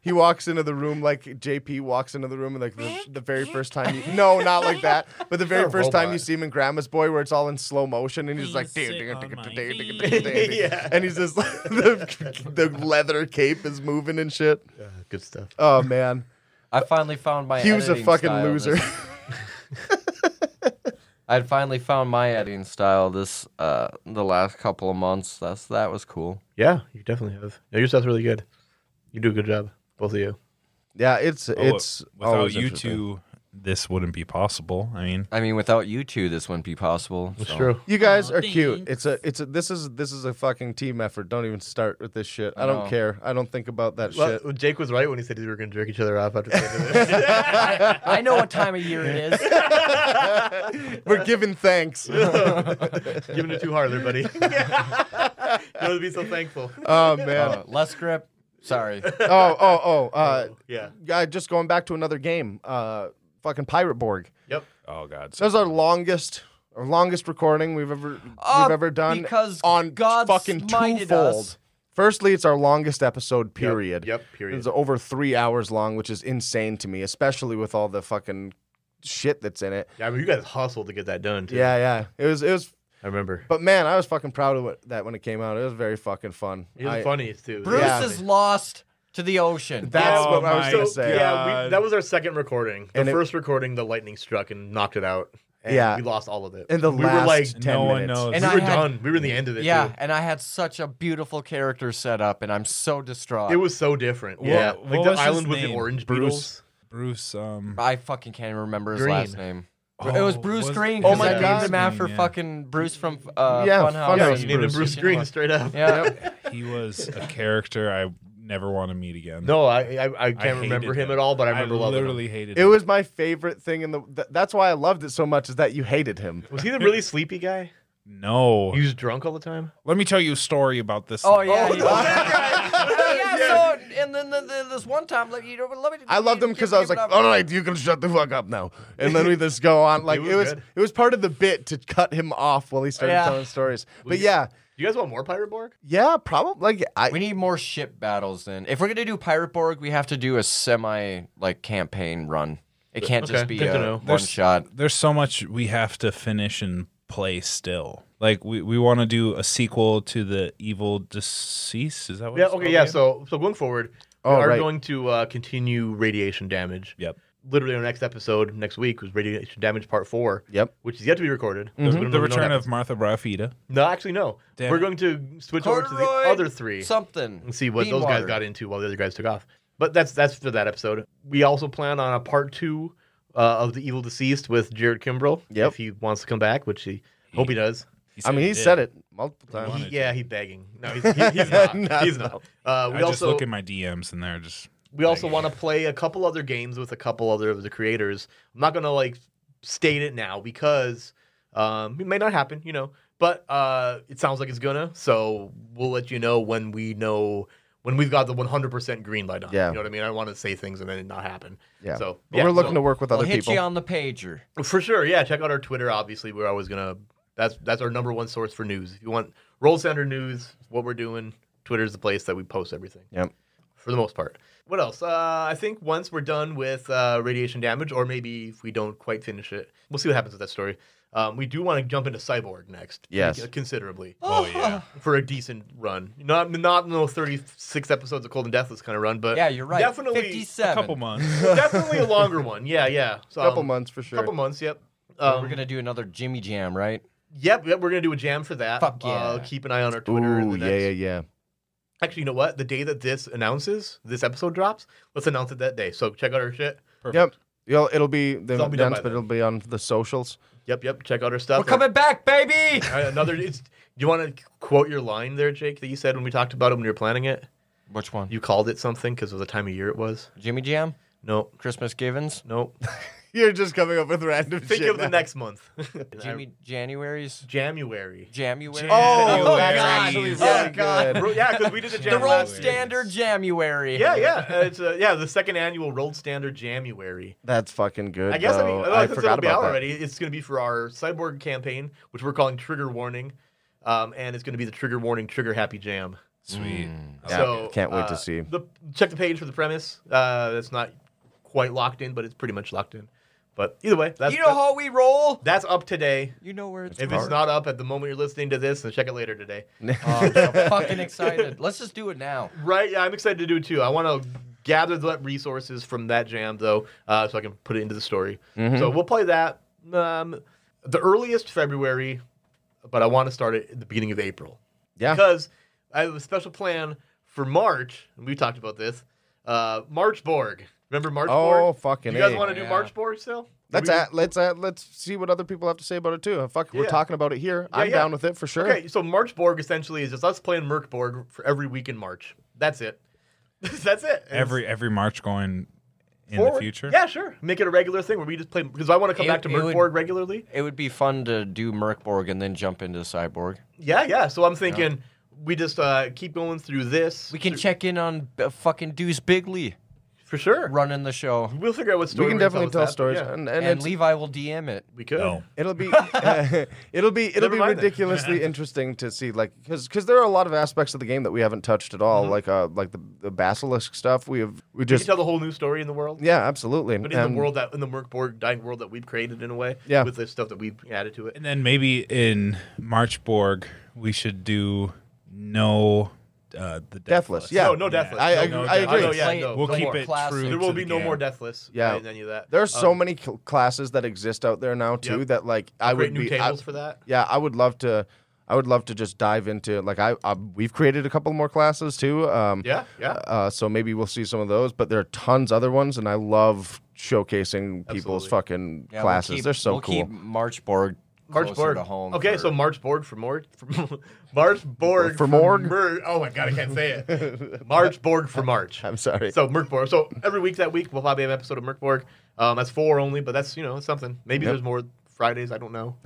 Speaker 3: He walks into the room like JP walks into the room and like the, the very first time. You, no, not like that. But the very
Speaker 1: You're a
Speaker 3: first time you
Speaker 1: robot.
Speaker 3: see him in Grandma's Boy, where it's all in slow motion, and he's like,
Speaker 4: sit
Speaker 3: "Ding, ding,
Speaker 4: on
Speaker 3: ding,
Speaker 4: my
Speaker 3: ding, ding, ding,
Speaker 4: knee."
Speaker 3: ding, ding, ding.
Speaker 1: Yeah.
Speaker 3: and he's just like, the, the leather cape is moving and shit.
Speaker 1: Uh, Good stuff.
Speaker 3: Oh man,
Speaker 2: I finally found my.
Speaker 3: he was a
Speaker 2: editing
Speaker 3: fucking
Speaker 2: style this
Speaker 3: loser.
Speaker 2: I'd finally found my editing style this uh the last couple of months. That's that was cool.
Speaker 1: Yeah, you definitely have. No, your stuff's really good. You do a good job, both of you.
Speaker 3: Yeah, it's
Speaker 4: Oh,
Speaker 3: it's
Speaker 4: without
Speaker 3: always
Speaker 4: you
Speaker 3: interesting.
Speaker 4: two, this wouldn't be possible. I mean,
Speaker 2: I mean, without you two, this wouldn't be possible.
Speaker 1: It's
Speaker 2: so.
Speaker 1: true.
Speaker 3: You guys are cute. It's a it's a this is this is a fucking team effort. Don't even start with this shit. I don't
Speaker 2: No.
Speaker 3: care. I don't think about that
Speaker 1: Well,
Speaker 3: shit.
Speaker 1: Jake was right when he said we were going to jerk each other off after the end of this.
Speaker 2: I, I know what time of year it is.
Speaker 3: We're giving thanks.
Speaker 1: Giving it too hard there, buddy. you ought to be so thankful.
Speaker 3: oh man.
Speaker 2: Uh, less grip. Sorry.
Speaker 3: Oh oh oh. Uh,
Speaker 1: yeah.
Speaker 3: yeah, just going back to another game. Uh, fucking Pirate Borg.
Speaker 1: Yep.
Speaker 4: oh god,
Speaker 3: That was our longest. Our longest recording we've ever
Speaker 2: Uh,
Speaker 3: we've ever done
Speaker 2: because
Speaker 3: on
Speaker 2: God
Speaker 3: fucking
Speaker 2: smited
Speaker 3: twofold.
Speaker 2: us.
Speaker 3: Firstly, it's our longest episode
Speaker 1: Yep.
Speaker 3: period.
Speaker 1: Yep. Period.
Speaker 3: It's over three hours long, which is insane to me, especially with all the fucking shit that's in it.
Speaker 1: Yeah, I mean, you guys hustled to get that done. Too.
Speaker 3: Yeah, yeah. It was, it was.
Speaker 1: I remember.
Speaker 3: But man, I was fucking proud of what, that when it came out. It was very fucking fun.
Speaker 1: He was
Speaker 3: I-
Speaker 1: funny too.
Speaker 2: Bruce
Speaker 3: Yeah.
Speaker 2: is lost to the ocean.
Speaker 3: That's
Speaker 4: Oh
Speaker 3: what I was
Speaker 4: my
Speaker 3: gonna say.
Speaker 1: Yeah, we,
Speaker 4: God.
Speaker 1: that was our second recording. The
Speaker 3: And it-
Speaker 1: first recording, the lightning struck and knocked it out. And
Speaker 3: Yeah.
Speaker 1: we lost all of it.
Speaker 3: In the
Speaker 1: we
Speaker 3: last
Speaker 1: were like,
Speaker 4: No
Speaker 3: ten
Speaker 4: one
Speaker 3: minutes.
Speaker 4: knows.
Speaker 1: we
Speaker 2: And I
Speaker 1: were
Speaker 2: had-
Speaker 1: done. We were in the end of it.
Speaker 2: yeah,
Speaker 1: too.
Speaker 2: and I had such a beautiful character set up, and I'm so distraught.
Speaker 1: it was so different.
Speaker 4: What-
Speaker 1: yeah, like
Speaker 4: what
Speaker 1: the
Speaker 4: was his
Speaker 1: island with the
Speaker 4: name?
Speaker 1: orange
Speaker 4: Bruce?
Speaker 1: beetles.
Speaker 4: Bruce. Um,
Speaker 2: I fucking can't remember his
Speaker 1: Green.
Speaker 2: last name. it was
Speaker 4: Oh,
Speaker 2: Bruce
Speaker 4: was-
Speaker 2: Green.
Speaker 3: Oh
Speaker 2: 'cause
Speaker 3: my
Speaker 2: I named
Speaker 3: God.
Speaker 2: him after
Speaker 4: Yeah.
Speaker 2: fucking Bruce from uh,
Speaker 3: Yeah,
Speaker 2: Funhouse.
Speaker 3: Funhouse.
Speaker 1: Yeah,
Speaker 3: Bruce.
Speaker 1: you named him Bruce Green straight up.
Speaker 2: Yeah.
Speaker 4: he was a character I never want to meet again.
Speaker 1: No, I I, I can't
Speaker 4: hated
Speaker 1: remember him at all, but I remember loving him.
Speaker 4: literally hated
Speaker 3: It
Speaker 4: him.
Speaker 3: was my favorite thing in the. Th- that's why I loved it so much is that you hated him.
Speaker 1: Was he the really sleepy guy?
Speaker 4: No.
Speaker 1: He was drunk all the time.
Speaker 4: Let me tell you a story about this.
Speaker 2: Oh yeah. he
Speaker 3: no.
Speaker 2: was that guy. Oh, yeah, So and then the, the, this one time, like you know, let me.
Speaker 3: I loved him because I was like, "All right, you can shut the fuck up now," and then we just go on. Like it
Speaker 1: was
Speaker 3: was, it was,
Speaker 1: good.
Speaker 3: part of the bit to cut him off while he started
Speaker 2: Yeah.
Speaker 3: telling stories.
Speaker 1: Well,
Speaker 3: But
Speaker 1: you-
Speaker 3: yeah,
Speaker 1: Do you guys want more Pirate Borg?
Speaker 3: yeah, probably. Like I,
Speaker 2: We need more ship battles then. If we're gonna do Pirate Borg, we have to do a semi like campaign run. It
Speaker 1: Uh,
Speaker 2: can't
Speaker 1: Okay,
Speaker 2: just be
Speaker 1: good to know.
Speaker 2: a one
Speaker 4: There's-
Speaker 2: shot.
Speaker 4: There's so much we have to finish and play still. Like we, we want to do a sequel to the evil deceased. Is that what?
Speaker 1: Yeah.
Speaker 4: it's
Speaker 1: Okay.
Speaker 4: called
Speaker 1: Yeah.
Speaker 4: again?
Speaker 1: So so going forward, We
Speaker 3: Oh,
Speaker 1: are
Speaker 3: right.
Speaker 1: going to uh, continue radiation damage.
Speaker 4: Yep.
Speaker 1: Literally, our next episode next week was radiation damage part four.
Speaker 3: Yep.
Speaker 1: Which is yet to be recorded. So
Speaker 3: Mm-hmm.
Speaker 1: we don't
Speaker 4: The
Speaker 1: know when
Speaker 4: return
Speaker 1: that-
Speaker 4: of Martha Brafita.
Speaker 1: no, actually no.
Speaker 4: Damn
Speaker 1: We're
Speaker 4: it.
Speaker 1: going to switch over to
Speaker 2: Corduroy
Speaker 1: the other three
Speaker 2: Something.
Speaker 1: and see what
Speaker 2: Bean
Speaker 1: those
Speaker 2: water.
Speaker 1: guys got into while the other guys took off. But that's that's for that episode. We also plan on a part two uh, of the Evil Deceased with Jared Kimbrell.
Speaker 3: Yep.
Speaker 1: If he wants to come back, which he hope he does.
Speaker 3: I mean, he said it multiple
Speaker 4: He
Speaker 3: times.
Speaker 4: wanted-
Speaker 1: He- yeah, he's begging. No, he's, he, he's not.
Speaker 3: No,
Speaker 1: he's not. Uh, we
Speaker 4: I just
Speaker 1: also
Speaker 4: look at my DMs and they're just
Speaker 1: we also want to play a couple other games with a couple other of the creators. I'm not gonna like state it now because um, it may not happen, you know. But uh, it sounds like it's gonna, so we'll let you know when we know when we've got the 100% green light on. it.
Speaker 3: Yeah.
Speaker 1: you know what I mean. I want to say things and then it not happen.
Speaker 3: Yeah.
Speaker 1: So
Speaker 3: But
Speaker 1: yeah,
Speaker 3: we're looking
Speaker 1: so-
Speaker 3: to work with
Speaker 2: I'll
Speaker 3: other
Speaker 2: hit
Speaker 3: people.
Speaker 2: you on the pager.
Speaker 1: for sure. Yeah, check out our Twitter. Obviously, we're always gonna. That's that's our number one source for news. If you want Roll Center news, what we're doing, Twitter's the place that we post everything.
Speaker 3: Yep.
Speaker 1: For the most part. What else? Uh, I think once we're done with uh, radiation damage, or maybe if we don't quite finish it, we'll see what happens with that story. Um, we do want to jump into Cyborg next.
Speaker 3: Yes.
Speaker 1: Considerably
Speaker 4: Oh yeah.
Speaker 1: for a decent run. Not not no thirty six episodes of Cold and Deathless kind of run, but
Speaker 2: Yeah, you're right.
Speaker 1: Definitely,
Speaker 2: 57.
Speaker 4: A couple months.
Speaker 1: Mm, definitely a longer one. Yeah, yeah. So,
Speaker 3: a
Speaker 1: um,
Speaker 3: couple months for sure.
Speaker 1: Couple months. Yep.
Speaker 2: We're
Speaker 1: Um,
Speaker 2: gonna do another Jimmy Jam, right?
Speaker 1: Yep, yep, we're gonna do a jam for that.
Speaker 2: Fuck yeah.
Speaker 1: Uh, keep an eye on our Twitter. and
Speaker 3: Ooh,
Speaker 1: the
Speaker 3: yeah,
Speaker 1: next-
Speaker 3: yeah, yeah.
Speaker 1: Actually, you know what? The day that this announces, this episode drops, let's announce it that day. So check out our shit.
Speaker 3: Yep. You'll, it'll be the
Speaker 1: So I'll be done
Speaker 3: events,
Speaker 1: by
Speaker 3: but
Speaker 1: then.
Speaker 3: it'll be on the socials.
Speaker 1: Yep, yep. Check out our stuff.
Speaker 2: We're coming back, baby.
Speaker 1: All right, another. It's, do you want to quote your line there, Jake, that you said when we talked about it when you were planning it?
Speaker 2: Which one?
Speaker 1: You called it something because of the time of year it was.
Speaker 2: Jimmy Jam?
Speaker 1: No,
Speaker 2: Christmas Givens?
Speaker 1: no.
Speaker 3: You're just coming up with random
Speaker 1: Think of the next month.
Speaker 2: Jimmy January's?
Speaker 1: January.
Speaker 2: January?
Speaker 4: Oh,
Speaker 2: Oh,
Speaker 4: that's
Speaker 2: God.
Speaker 4: actually
Speaker 2: Yeah.
Speaker 3: really
Speaker 1: God.
Speaker 3: good.
Speaker 1: Ro- yeah, because we did the
Speaker 2: The
Speaker 1: jam
Speaker 2: Roll
Speaker 1: last
Speaker 4: January's.
Speaker 2: Standard January.
Speaker 1: Yeah, yeah. Uh, It's uh, yeah, the second annual Rolled Standard January.
Speaker 3: That's fucking good.
Speaker 1: I guess I
Speaker 3: though.
Speaker 1: mean
Speaker 3: I
Speaker 1: I since
Speaker 3: forgot
Speaker 1: it'll be out
Speaker 3: about that.
Speaker 1: already, it's going to be for our cyborg campaign, which we're calling Trigger Warning, um, and it's going to be the Trigger Warning Trigger Happy Jam.
Speaker 4: Sweet.
Speaker 3: Yeah,
Speaker 1: so
Speaker 3: can't wait to
Speaker 1: uh,
Speaker 3: see.
Speaker 1: The, check the page for the premise. Uh, that's not quite locked in, but it's pretty much locked in. But either way, that's
Speaker 2: You know how we roll?
Speaker 1: that's up today.
Speaker 2: You know where it's
Speaker 1: If
Speaker 2: from.
Speaker 1: it's not up at the moment you're listening to this, then check it later today. Uh,
Speaker 2: Oh, I'm fucking excited. Let's just do it now.
Speaker 1: Right? Yeah, I'm excited to do it too. I want to gather the resources from that jam though, uh, so I can put it into the story.
Speaker 3: Mm-hmm.
Speaker 1: So we'll play that. Um, the earliest February, but I want to start it at the beginning of April
Speaker 3: Yeah.
Speaker 1: because I have a special plan for March. And we talked about this. Uh, March Borg. Remember March
Speaker 3: Oh,
Speaker 1: Borg?
Speaker 3: fucking
Speaker 1: You guys
Speaker 3: A.
Speaker 1: want to do
Speaker 2: Yeah.
Speaker 1: March Borg still?
Speaker 3: Let's
Speaker 1: We-
Speaker 3: at, let's at, let's see what other people have to say about it too. Fuck, we're
Speaker 1: Yeah.
Speaker 3: talking about it here. I'm
Speaker 1: yeah.
Speaker 3: down with it for sure.
Speaker 1: Okay, so March Borg essentially is just us playing Merc Borg for every week in March. That's it. That's it. And
Speaker 4: Every every March going in the
Speaker 1: forward-
Speaker 4: future.
Speaker 1: Yeah, sure. Make it a regular thing where we just play because I want to come
Speaker 2: It-
Speaker 1: back to
Speaker 2: it
Speaker 1: Merc
Speaker 2: would-
Speaker 1: Borg regularly.
Speaker 2: It would be fun to do Merkborg and then jump into Cyborg.
Speaker 1: Yeah, yeah. So I'm thinking we just uh, keep going through this
Speaker 2: We can check in on uh, fucking Deuce Bigley
Speaker 1: for sure.
Speaker 2: running the show.
Speaker 1: We'll figure out what
Speaker 3: we
Speaker 1: story
Speaker 3: can
Speaker 1: we're gonna
Speaker 3: definitely
Speaker 1: with
Speaker 3: tell
Speaker 1: that,
Speaker 3: stories,
Speaker 1: but yeah,
Speaker 3: and, and,
Speaker 2: And
Speaker 3: it's-
Speaker 2: Levi will DM it.
Speaker 1: we could.
Speaker 4: No.
Speaker 3: it'll be uh, it'll be it'll
Speaker 1: Never
Speaker 3: be
Speaker 1: mind then.
Speaker 3: ridiculously interesting to see, like because there are a lot of aspects of the game that we haven't touched at all, like uh like the, the basilisk stuff. We have we
Speaker 1: We Mm-hmm. can
Speaker 3: just
Speaker 1: tell the whole new story in the world.
Speaker 3: yeah, absolutely.
Speaker 1: But in
Speaker 3: And-
Speaker 1: the world that in the Merc Borg dying world that we've created in a way,
Speaker 3: Yeah.
Speaker 1: with the stuff that we've added to it.
Speaker 4: And then maybe in Marchborg we should do no uh the
Speaker 3: Deathless, yeah.
Speaker 1: No, no Deathless.
Speaker 3: I, I,
Speaker 1: No,
Speaker 4: no,
Speaker 3: I
Speaker 4: definitely.
Speaker 3: agree.
Speaker 1: Oh, yeah,
Speaker 2: Play-
Speaker 1: no,
Speaker 4: We'll
Speaker 1: no
Speaker 4: keep
Speaker 1: more.
Speaker 4: it
Speaker 2: Classic.
Speaker 4: true.
Speaker 1: There
Speaker 4: to
Speaker 1: will
Speaker 4: the
Speaker 1: be no
Speaker 4: game.
Speaker 1: more Deathless.
Speaker 3: Yeah.
Speaker 1: and any of that.
Speaker 3: There are so
Speaker 1: Um,
Speaker 3: many cl- classes that exist out there now too
Speaker 1: Yep.
Speaker 3: that like I
Speaker 1: Create
Speaker 3: would
Speaker 1: new
Speaker 3: be I-
Speaker 1: tables for that.
Speaker 3: Yeah, I would love to. I would love to just dive into like I, I we've created a couple more classes too. Um,
Speaker 1: Yeah, yeah.
Speaker 3: Uh, so maybe we'll see some of those, but there are tons other ones, and I love showcasing people's
Speaker 1: Absolutely.
Speaker 3: fucking
Speaker 2: Yeah, we'll
Speaker 3: classes.
Speaker 2: keep-
Speaker 3: They're so
Speaker 2: we'll
Speaker 3: cool.
Speaker 2: Keep Marchborg
Speaker 1: March
Speaker 2: closer
Speaker 1: Borg.
Speaker 2: to home.
Speaker 1: okay,
Speaker 2: for-
Speaker 1: so March Borg for more. For, March Borg
Speaker 3: For Morg?
Speaker 1: Mer- oh my god, I can't say it. March Borg for March.
Speaker 3: I'm sorry.
Speaker 1: So Merc Borg. So every week that week we'll probably have an episode of Merc Borg. Um, that's four only, but that's you know something. Maybe
Speaker 3: Yep.
Speaker 1: there's more Fridays. I don't know.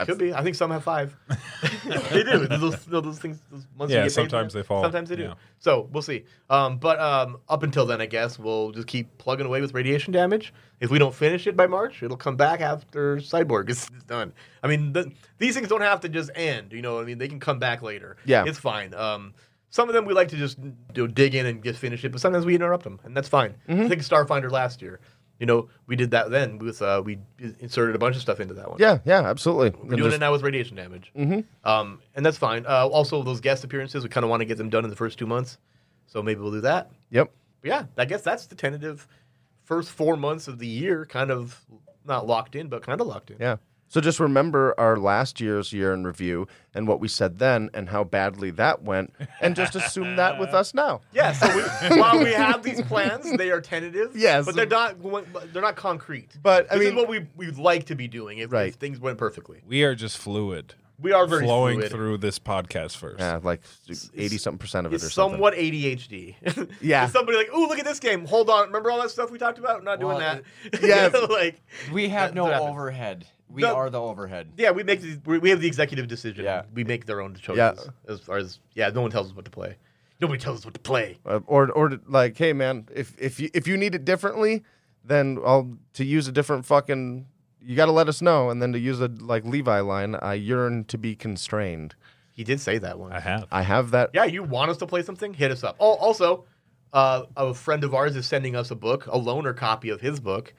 Speaker 1: Could be. I think some have five. they do. Those, those things. Those months
Speaker 4: Yeah,
Speaker 1: you get paid for
Speaker 4: sometimes
Speaker 1: them,
Speaker 4: they fall,
Speaker 1: Sometimes they do.
Speaker 4: yeah.
Speaker 1: So we'll see. Um, but um, up until then, I guess we'll just keep plugging away with radiation damage. If we don't finish it by March, it'll come back after Cyborg is done. I mean, the, these things don't have to just end. You know, what I mean, they can come back later.
Speaker 3: Yeah.
Speaker 1: it's fine. Um, some of them we like to just do, dig in and just finish it, but sometimes we interrupt them, and that's fine. I think Starfinder last year. You know, we did that then with uh, we inserted a bunch of stuff into that one.
Speaker 3: yeah, yeah, absolutely.
Speaker 1: We're doing it now with radiation damage. Mm-hmm. Um, and that's fine. Uh, also, those guest appearances, we kind of want to get them done in the first two months. So maybe we'll do that.
Speaker 3: Yep.
Speaker 1: But yeah, I guess that's the tentative first four months of the year, kind of not locked in, but kind of locked in.
Speaker 3: Yeah. So just remember our last year's year in review and what we said then and how badly that went, and just assume that with us now.
Speaker 1: Yeah, so we, while we have these plans, they are tentative.
Speaker 3: Yes.
Speaker 1: but they're not they're not concrete.
Speaker 3: But, I
Speaker 1: this
Speaker 3: mean-
Speaker 1: is what we we'd like to be doing if,
Speaker 3: Right.
Speaker 1: if things went perfectly.
Speaker 4: We are just fluid.
Speaker 1: We are very
Speaker 4: flowing
Speaker 1: fluid.
Speaker 4: through this podcast first.
Speaker 3: Yeah, like eighty something percent of it or
Speaker 1: It's
Speaker 3: something.
Speaker 1: somewhat ADHD.
Speaker 3: Yeah.
Speaker 1: It's somebody like, ooh, look at this game. Hold on, remember all that stuff we talked about? not doing
Speaker 2: Well,
Speaker 1: that.
Speaker 3: yeah.
Speaker 1: You know, like,
Speaker 2: We have
Speaker 1: That-
Speaker 2: no
Speaker 1: that happens.
Speaker 2: overhead. We
Speaker 1: No.
Speaker 2: are the overhead.
Speaker 1: yeah, we make the, we we have the executive decision.
Speaker 2: Yeah.
Speaker 1: we make their own choices.
Speaker 3: Yeah.
Speaker 1: as far as yeah, no one tells us what to play. Nobody tells us what to play.
Speaker 3: Uh, or or like, hey man, if if you if you need it differently, then I'll to use a different fucking. You got to let us know, and then to use a like Levi line, I yearn to be constrained.
Speaker 1: He did say that one.
Speaker 4: I have.
Speaker 3: I have that.
Speaker 1: yeah, you want us to play something? Hit us up. Oh, also, uh, a friend of ours is sending us a book, a loaner copy of his book.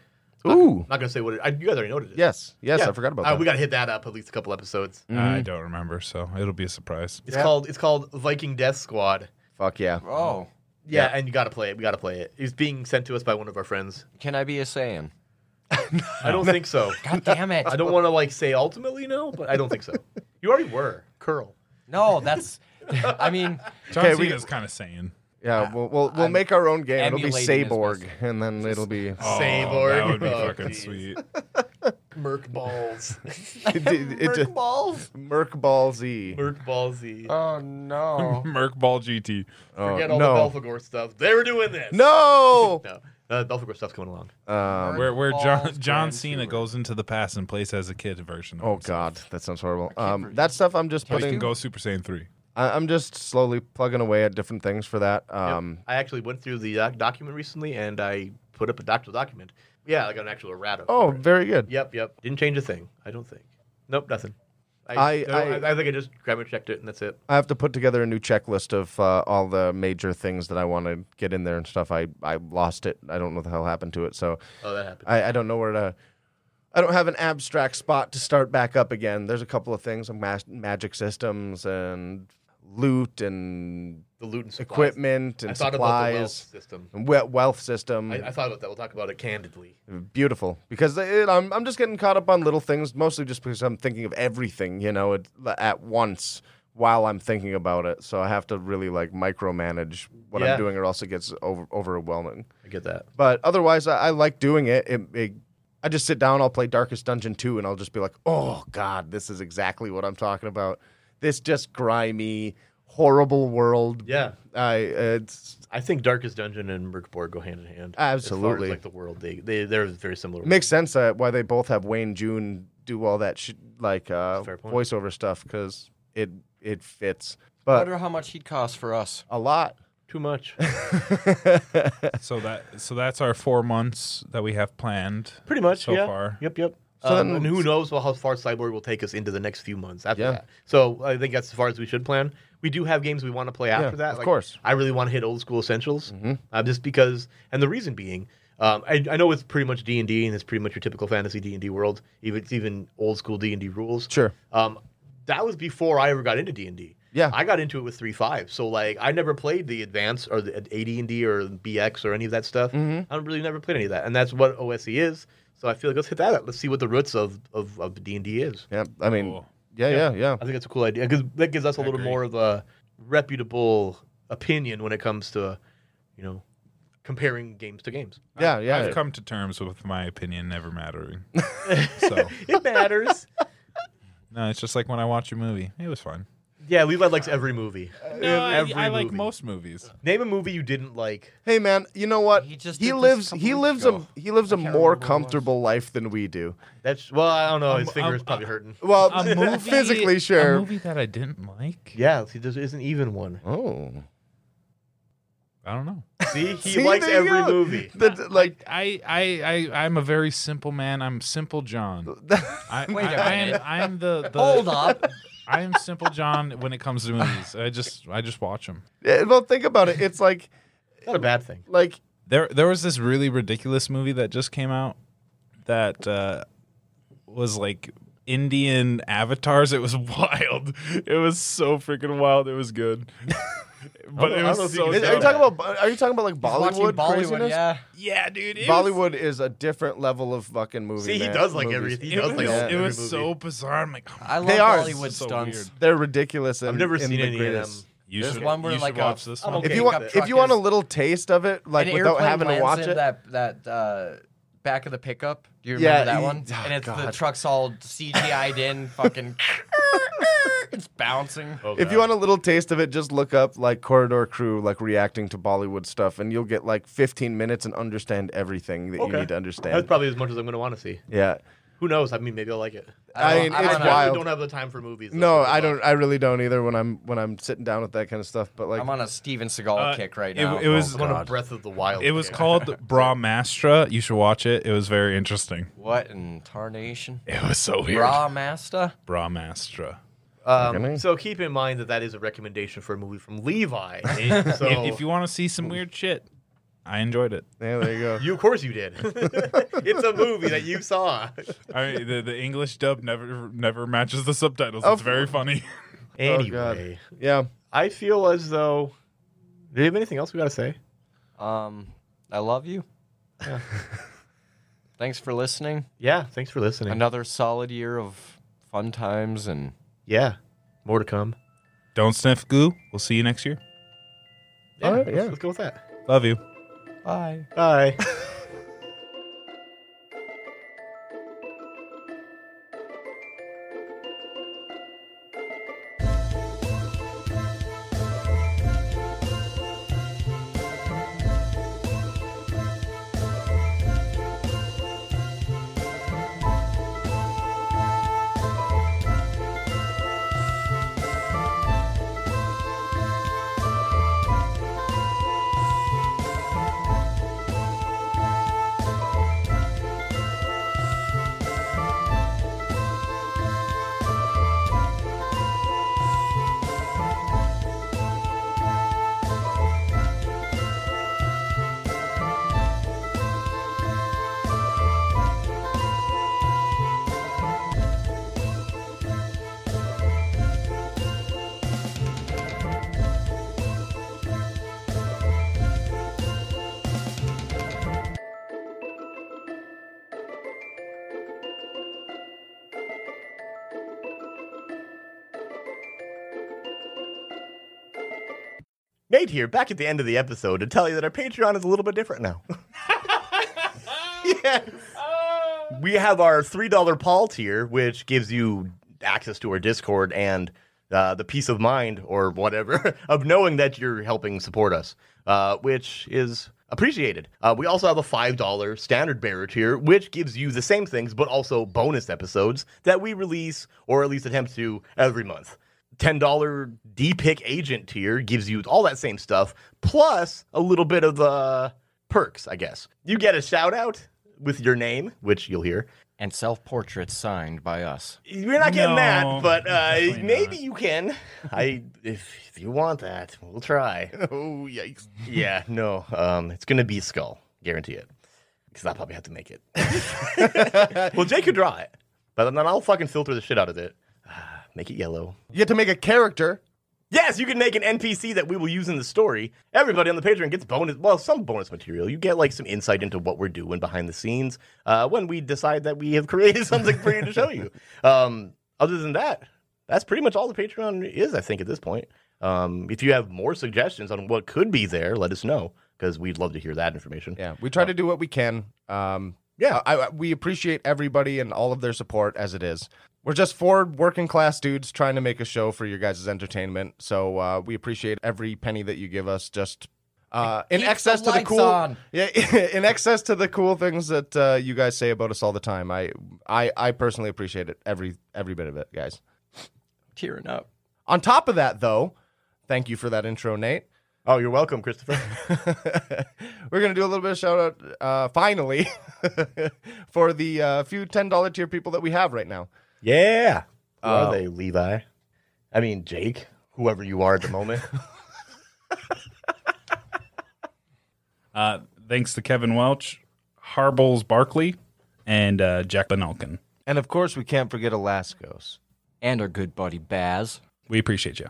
Speaker 3: Ooh.
Speaker 1: I'm not gonna say what it. I, you guys already know what it is.
Speaker 3: Yes. Yes.
Speaker 1: Yeah.
Speaker 3: I forgot about
Speaker 1: Uh,
Speaker 3: that.
Speaker 1: We gotta hit that up at least a couple episodes.
Speaker 3: Mm-hmm.
Speaker 4: I don't remember, so it'll be a surprise.
Speaker 1: It's called it's called Viking Death Squad.
Speaker 3: Fuck yeah.
Speaker 2: Oh,
Speaker 1: Yeah, and you gotta play it. We gotta play it. It's being sent to us by one of our friends.
Speaker 2: can I be a Saiyan?
Speaker 1: I don't think so.
Speaker 2: God damn it!
Speaker 1: I don't want to like say ultimately no, but I don't think so. You already were curl.
Speaker 2: No, that's. I mean,
Speaker 4: John
Speaker 3: Okay, we-
Speaker 4: Cena's kind of saying.
Speaker 3: Yeah. We'll we'll, we'll make our own game. It'll be
Speaker 2: emulating his
Speaker 3: Saborg,
Speaker 2: best-
Speaker 3: and then it'll be.
Speaker 4: Oh,
Speaker 1: Cyborg.
Speaker 4: that would be
Speaker 1: Oh,
Speaker 4: fucking
Speaker 1: geez.
Speaker 4: sweet.
Speaker 1: Merc balls.
Speaker 3: it, it, it,
Speaker 2: Merc balls.
Speaker 3: Merc Ball Z.
Speaker 1: Merc ballsy.
Speaker 2: Oh no!
Speaker 4: Merc Ball GT.
Speaker 3: Oh,
Speaker 1: Forget all
Speaker 3: no.
Speaker 1: the Belphegor stuff. They were doing this.
Speaker 3: No.
Speaker 1: No. Uh, Belphegor stuff's coming along.
Speaker 3: Um,
Speaker 4: Where where
Speaker 2: Balls
Speaker 4: John John
Speaker 2: Grand
Speaker 4: Cena
Speaker 2: Tour.
Speaker 4: goes into the past and plays as a kid version. Of
Speaker 3: oh
Speaker 4: himself.
Speaker 3: God, that sounds horrible. Um,
Speaker 2: breathe.
Speaker 3: that stuff I'm just
Speaker 4: But he can
Speaker 3: putting.
Speaker 4: go Super Saiyan three.
Speaker 3: I, I'm just slowly plugging away at different things for that. Um,
Speaker 1: I actually went through the doc- document recently and I put up a doctoral document. Yeah, like an actual errata.
Speaker 3: Oh,
Speaker 1: for it.
Speaker 3: very good.
Speaker 1: Yep, yep. Didn't change a thing. I don't think. Nope, nothing.
Speaker 3: I-
Speaker 1: no,
Speaker 3: I-
Speaker 1: I think I just grabbed it, checked it, and that's it.
Speaker 3: I have to put together a new checklist of uh, all the major things that I want to get in there and stuff. I, I lost it. I don't know what the hell happened to it. So
Speaker 1: Oh, that happened.
Speaker 3: I, I don't know where to. I don't have an abstract spot to start back up again. There's a couple of things, like mas- magic systems and loot and
Speaker 1: the loot and supplies.
Speaker 3: equipment and
Speaker 1: I thought about the wealth
Speaker 3: supplies.
Speaker 1: system.
Speaker 3: and we- Wealth system,
Speaker 1: I, I thought about that. We'll talk about it candidly.
Speaker 3: beautiful. Because it, I'm, I'm just getting caught up on little things, mostly just because I'm thinking of everything, you know, at, at once while I'm thinking about it. So I have to really like micromanage what
Speaker 1: Yeah.
Speaker 3: I'm doing, or else it gets over, overwhelming.
Speaker 1: I get that.
Speaker 3: But otherwise, I, I like doing it. It, it. I just sit down, I'll play Darkest Dungeon 2, and I'll just be like, oh, God, this is exactly what I'm talking about. This just grimy, horrible world.
Speaker 1: Yeah,
Speaker 3: I, it's
Speaker 1: I think Darkest Dungeon and Merkborg go hand in hand. as far
Speaker 3: Absolutely.
Speaker 1: as, like the world, they they they're very similar.
Speaker 3: makes sense uh, why they both have Wayne June do all that sh- like uh,
Speaker 1: Fair point.
Speaker 3: voiceover stuff because it it fits.
Speaker 2: I
Speaker 3: But
Speaker 2: wonder how much he'd cost for us.
Speaker 3: a lot.
Speaker 1: too much.
Speaker 4: So that so that's our four months that we have planned.
Speaker 1: Pretty much.
Speaker 4: so
Speaker 1: yeah.
Speaker 4: far.
Speaker 1: Yep. Yep.
Speaker 3: So
Speaker 1: Um,
Speaker 3: then-
Speaker 1: and who knows how far Cyborg will take us into the next few months after
Speaker 3: Yeah.
Speaker 1: that. So I think that's as far as we should plan. We do have games we want to play after that.
Speaker 3: of course. Mm-hmm.
Speaker 1: I really want to hit old school essentials, uh, just because. And the reason being, um, I, I know it's pretty much D and D, and it's pretty much your typical fantasy D and D world. Even it's even old school D and D rules.
Speaker 3: Sure.
Speaker 1: Um, that was before I ever got into D and D.
Speaker 3: Yeah.
Speaker 1: I got into it with three five. So like, I never played the advance or the AD and D or BX or any of that stuff.
Speaker 3: Mm-hmm.
Speaker 1: I don't really never played any of that, and that's what OSE is. So I feel like let's hit that up. Let's see what the roots of of, of D and D is.
Speaker 3: Yeah, I mean,
Speaker 4: Cool.
Speaker 3: yeah, yeah, yeah.
Speaker 1: I think that's a cool idea because that gives us a
Speaker 4: I
Speaker 1: little
Speaker 4: agree.
Speaker 1: more of a reputable opinion when it comes to, you know, comparing games to games.
Speaker 3: Yeah,
Speaker 4: I've-
Speaker 3: yeah.
Speaker 4: I've come to terms with my opinion never mattering. so
Speaker 1: It matters.
Speaker 4: no, it's just like when I watch a movie. It was fun.
Speaker 1: yeah, Levi likes every movie.
Speaker 3: Uh,
Speaker 4: No, I,
Speaker 1: every
Speaker 4: I like
Speaker 1: movie.
Speaker 4: most movies.
Speaker 1: Name a movie you didn't like.
Speaker 3: Hey man, you know what?
Speaker 2: He just
Speaker 3: he
Speaker 2: did this a
Speaker 3: lives
Speaker 2: couple
Speaker 3: he
Speaker 2: weeks
Speaker 3: lives
Speaker 2: ago.
Speaker 3: a he lives a
Speaker 2: can't
Speaker 3: more
Speaker 2: remember what it was.
Speaker 3: comfortable life than we do.
Speaker 1: That's well, I don't know. His
Speaker 4: Um,
Speaker 1: finger's
Speaker 4: um,
Speaker 1: probably hurting.
Speaker 3: Well, physically
Speaker 4: A
Speaker 3: sure.
Speaker 4: movie that I didn't like.
Speaker 1: Yeah, see, there isn't even one.
Speaker 3: Oh,
Speaker 4: I don't know.
Speaker 1: See, he
Speaker 3: See,
Speaker 1: likes
Speaker 3: there you
Speaker 1: every
Speaker 3: go.
Speaker 1: movie.
Speaker 3: That- like
Speaker 4: I, I, I, I'm a very simple man. I'm simple John. I,
Speaker 2: Wait
Speaker 4: I,
Speaker 2: a
Speaker 4: I am,
Speaker 2: minute.
Speaker 4: I am the, the.
Speaker 2: Hold up.
Speaker 4: I am simple John when it comes to movies. I just, I just watch them.
Speaker 3: Yeah, well, think about it. It's like
Speaker 1: Not a bad thing.
Speaker 3: like
Speaker 4: There, there was this really ridiculous movie that just came out that uh, was like Indian avatars. It was wild. It was so freaking wild. It was good. but
Speaker 1: I
Speaker 4: it
Speaker 1: don't
Speaker 4: was
Speaker 1: know if you
Speaker 4: so.
Speaker 1: can-
Speaker 3: Is- are
Speaker 1: Okay.
Speaker 3: you
Speaker 4: dumb.
Speaker 3: talking about? Are you talking about like
Speaker 2: Watching
Speaker 3: Bollywood? craziness?
Speaker 2: yeah.
Speaker 4: Yeah, dude. it was-
Speaker 3: Bollywood is a different level of fucking movie.
Speaker 1: See, he
Speaker 3: man.
Speaker 1: does like
Speaker 3: Movies.
Speaker 1: everything. He
Speaker 4: It
Speaker 1: does
Speaker 4: was,
Speaker 1: like all
Speaker 4: it
Speaker 1: every
Speaker 4: was
Speaker 1: movie.
Speaker 4: so bizarre. I'm like, "Oh,
Speaker 2: I love
Speaker 3: They are.
Speaker 2: Bollywood
Speaker 4: So
Speaker 2: stunts.
Speaker 4: weird.
Speaker 3: They're ridiculous. And,
Speaker 1: I've never
Speaker 3: in
Speaker 1: seen
Speaker 3: the
Speaker 1: any of them.
Speaker 3: greatest.
Speaker 4: you
Speaker 2: There's
Speaker 4: should,
Speaker 2: one where
Speaker 4: you
Speaker 2: like
Speaker 4: should
Speaker 2: a-
Speaker 4: watch this
Speaker 1: I'm
Speaker 4: one.
Speaker 1: okay.
Speaker 3: If you
Speaker 1: Big
Speaker 3: want,
Speaker 1: up
Speaker 3: if you want a
Speaker 2: truckers.
Speaker 3: little taste of it, like
Speaker 2: An
Speaker 3: without
Speaker 2: airplane
Speaker 3: having to
Speaker 2: lands
Speaker 3: watch
Speaker 2: in
Speaker 3: it,
Speaker 2: That that uh, back of the pickup. Do you remember
Speaker 3: Yeah,
Speaker 2: that
Speaker 3: he-
Speaker 2: one?
Speaker 3: oh,
Speaker 2: and it's the
Speaker 3: God.
Speaker 2: truck's all CGI'd in, fucking. it's bouncing.
Speaker 1: Oh,
Speaker 3: if
Speaker 1: God.
Speaker 3: you want a little taste of it, just look up like Corridor Crew, like reacting to Bollywood stuff, and you'll get like 15 minutes and understand everything that
Speaker 1: Okay.
Speaker 3: you need to
Speaker 1: That's
Speaker 3: understand.
Speaker 1: probably as much as I'm going to want to see.
Speaker 3: yeah,
Speaker 1: Who knows? I mean, maybe I'll like it.
Speaker 3: I,
Speaker 2: don't-
Speaker 3: mean,
Speaker 2: I
Speaker 1: I
Speaker 3: it's
Speaker 2: don't know.
Speaker 1: definitely
Speaker 3: wild.
Speaker 1: don't have the time for movies. though,
Speaker 3: no,
Speaker 1: so
Speaker 3: I don't. I really don't either. When I'm when I'm sitting down with that kind of stuff, but like,
Speaker 2: I'm on a Steven Seagal
Speaker 4: Uh,
Speaker 2: kick right
Speaker 4: it-
Speaker 2: now.
Speaker 4: it was-
Speaker 1: I'm on a
Speaker 3: Oh, God.
Speaker 1: Breath of the Wild.
Speaker 4: It was
Speaker 1: kick.
Speaker 4: called Brahmastra. You should watch it. It was very interesting.
Speaker 2: what in tarnation?
Speaker 4: It was so weird.
Speaker 2: Raw master.
Speaker 4: Brahmastra.
Speaker 1: Um,
Speaker 3: Really?
Speaker 1: so keep in mind that that is a recommendation for a movie from Levi. And so
Speaker 4: If, if you want to see some weird shit, I enjoyed it.
Speaker 3: yeah, there you go.
Speaker 1: you- of course you did. it's a movie that you saw.
Speaker 3: Oh,
Speaker 4: I mean, the, the English dub never never matches the subtitles.
Speaker 3: Oh,
Speaker 4: It's very funny.
Speaker 3: God.
Speaker 1: Anyway,
Speaker 3: yeah,
Speaker 1: I feel as though. Do you have anything else we got to say?
Speaker 2: Um, I love you. Thanks for listening.
Speaker 1: Yeah. Thanks for listening.
Speaker 2: Another solid year of fun times and
Speaker 1: Yeah. More to come.
Speaker 4: Don't sniff goo. We'll see you next year.
Speaker 1: Yeah,
Speaker 3: All right,
Speaker 1: let's-
Speaker 3: yeah.
Speaker 1: Let's go with that.
Speaker 4: Love you.
Speaker 2: bye.
Speaker 1: Bye. Nate here, back at the end of the episode to tell you that our Patreon is a little bit different now. yes. We have our $3 Paul tier, which gives you access to our Discord and uh, the peace of mind or whatever of knowing that you're helping support us, uh, which is appreciated. Uh, we also have a $5 standard bearer tier, which gives you the same things, but also bonus episodes that we release or at least attempt to every month. $10 D pick agent tier gives you all that same stuff, plus a little bit of the perks, I guess. You get a shout out with your name, which you'll hear.
Speaker 2: And self portraits signed by us.
Speaker 1: We're not getting
Speaker 4: No,
Speaker 1: that, but uh,
Speaker 4: definitely
Speaker 1: maybe
Speaker 4: not.
Speaker 1: you can. I if, if you want that, we'll try.
Speaker 3: Oh yikes!
Speaker 1: yeah, no, um, it's gonna be skull, guarantee it. Because I probably have to make it. well, Jake could draw it, but then I'll fucking filter the shit out of it. Ah, Make it yellow.
Speaker 3: You get to make a character.
Speaker 1: Yes, you can make an NPC that we will use in the story. Everybody on the Patreon gets bonus, well, some bonus material. You get like some insight into what we're doing behind the scenes uh, when we decide that we have created something for you to show you. Um, other than that, that's pretty much all the Patreon is, I think, at this point. Um, if you have more suggestions on what could be there, let us know because we'd love to hear that information.
Speaker 3: Yeah, we try to do what we can. Um, yeah, I, I- we appreciate everybody and all of their support as it is. We're just four working class dudes trying to make a show for your guys' entertainment. So uh, we appreciate every penny that you give us. Just uh, in
Speaker 2: Keep the
Speaker 3: excess to the
Speaker 2: lights
Speaker 3: cool,
Speaker 2: on.
Speaker 3: yeah, in excess to the cool things that uh, you guys say about us all the time. I, I, I personally appreciate it every every bit of it, guys.
Speaker 2: Tearing up.
Speaker 3: On top of that, though, thank you for that intro, Nate.
Speaker 1: Oh, you're welcome, Christopher.
Speaker 3: We're gonna do a little bit of shout out uh, finally for the uh, few ten dollar tier people that we have right now.
Speaker 1: yeah. Who
Speaker 3: Oh.
Speaker 1: are they, Levi? I mean, Jake, whoever you are at the moment.
Speaker 4: Uh, thanks to Kevin Welch, Harbles Barkley, and uh, Jack Benalkin.
Speaker 3: And of course, we can't forget Alaskos.
Speaker 2: and our good buddy Baz.
Speaker 4: We appreciate you.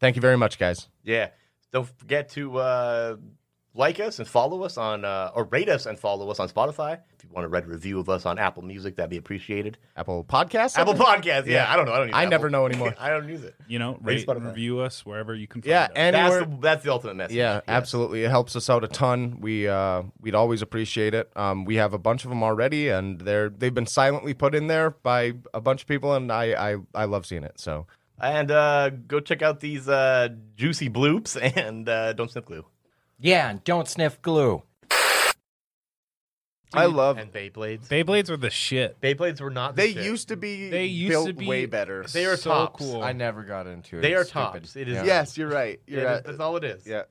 Speaker 3: Thank you very much, guys.
Speaker 1: Yeah. Don't forget to uh, like us and follow us on, uh, or rate us and follow us on Spotify. If you want to write a review of us on Apple Music, that'd be appreciated.
Speaker 3: Apple Podcast.
Speaker 1: Apple Podcasts. Yeah, I don't know. I don't. Use
Speaker 3: I
Speaker 1: Apple.
Speaker 3: never know anymore.
Speaker 1: I don't use it.
Speaker 4: You know,
Speaker 1: Rate
Speaker 4: rate,
Speaker 1: Spotify.
Speaker 4: review us wherever you can find
Speaker 3: Yeah,
Speaker 4: us.
Speaker 3: anywhere.
Speaker 1: That's the, that's the ultimate message.
Speaker 3: Yeah,
Speaker 1: Yes.
Speaker 3: absolutely. It helps us out a ton. We uh, we'd always appreciate it. Um, we have a bunch of them already, and they're they've been silently put in there by a bunch of people, and I I, I love seeing it. So
Speaker 1: And uh, go check out these uh, juicy bloops and uh, don't sniff glue.
Speaker 2: Yeah, and don't sniff glue.
Speaker 3: I love.
Speaker 1: and Beyblades.
Speaker 4: Beyblades are the shit.
Speaker 1: Beyblades were not. The
Speaker 3: They
Speaker 1: shit.
Speaker 3: used to be.
Speaker 4: They used
Speaker 3: built
Speaker 4: to be
Speaker 3: way better.
Speaker 1: They are
Speaker 4: so
Speaker 1: tops.
Speaker 4: cool.
Speaker 2: I never got into it.
Speaker 1: They
Speaker 2: It's
Speaker 1: are
Speaker 2: stupid.
Speaker 1: tops. It is-
Speaker 2: Yeah.
Speaker 3: Yes, you're right.
Speaker 1: Yeah,
Speaker 3: You're
Speaker 1: that's-
Speaker 3: right.
Speaker 1: that's all it is.
Speaker 3: Yeah.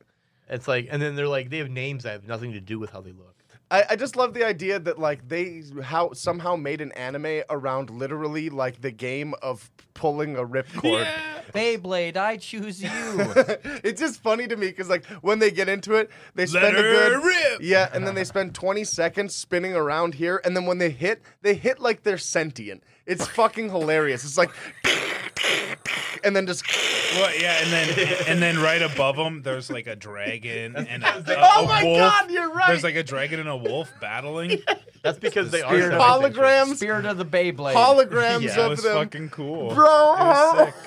Speaker 1: It's like, and then they're like, they have names that have nothing to do with how they look.
Speaker 3: I, I just love the idea that like they how somehow made an anime around literally like the game of pulling a ripcord.
Speaker 2: Beyblade, I choose you.
Speaker 3: it's just funny to me because like when they get into it, they spend a
Speaker 4: her
Speaker 3: good
Speaker 4: rip.
Speaker 3: yeah, and then they spend 20 seconds spinning around here, and then when they hit, they hit like they're sentient. It's fucking hilarious. It's like, and then just
Speaker 4: Well, yeah, and then and then right above them, there's like a dragon and a, a,
Speaker 3: oh
Speaker 4: a
Speaker 3: my
Speaker 4: wolf.
Speaker 3: god, you're right.
Speaker 4: There's like a dragon and a wolf battling.
Speaker 1: That's because they are
Speaker 4: spirit
Speaker 1: semi-sentient.
Speaker 3: holograms,
Speaker 2: Spirit of the Beyblade.
Speaker 3: holograms
Speaker 1: Yeah, it
Speaker 4: That
Speaker 3: of
Speaker 4: was
Speaker 3: them,
Speaker 4: fucking cool,
Speaker 3: bro.
Speaker 4: It was sick.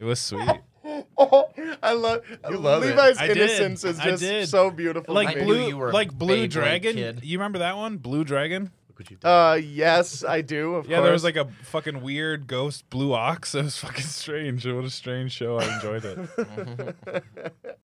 Speaker 4: It was sweet.
Speaker 3: Oh, I love
Speaker 1: You love it.
Speaker 3: Levi's
Speaker 4: I did.
Speaker 3: innocence is
Speaker 4: I
Speaker 3: just
Speaker 4: did.
Speaker 3: so beautiful.
Speaker 4: Like
Speaker 2: I
Speaker 3: to me.
Speaker 2: knew
Speaker 4: blue,
Speaker 2: you were a
Speaker 4: like blue
Speaker 2: Beyblade
Speaker 4: dragon.
Speaker 2: kid.
Speaker 4: You remember that one, blue dragon?
Speaker 1: Look what you've done.
Speaker 3: uh, yes, I do. Of
Speaker 4: Yeah,
Speaker 3: course.
Speaker 4: there was like a fucking weird ghost blue ox. It was fucking strange. What a strange show. I enjoyed it.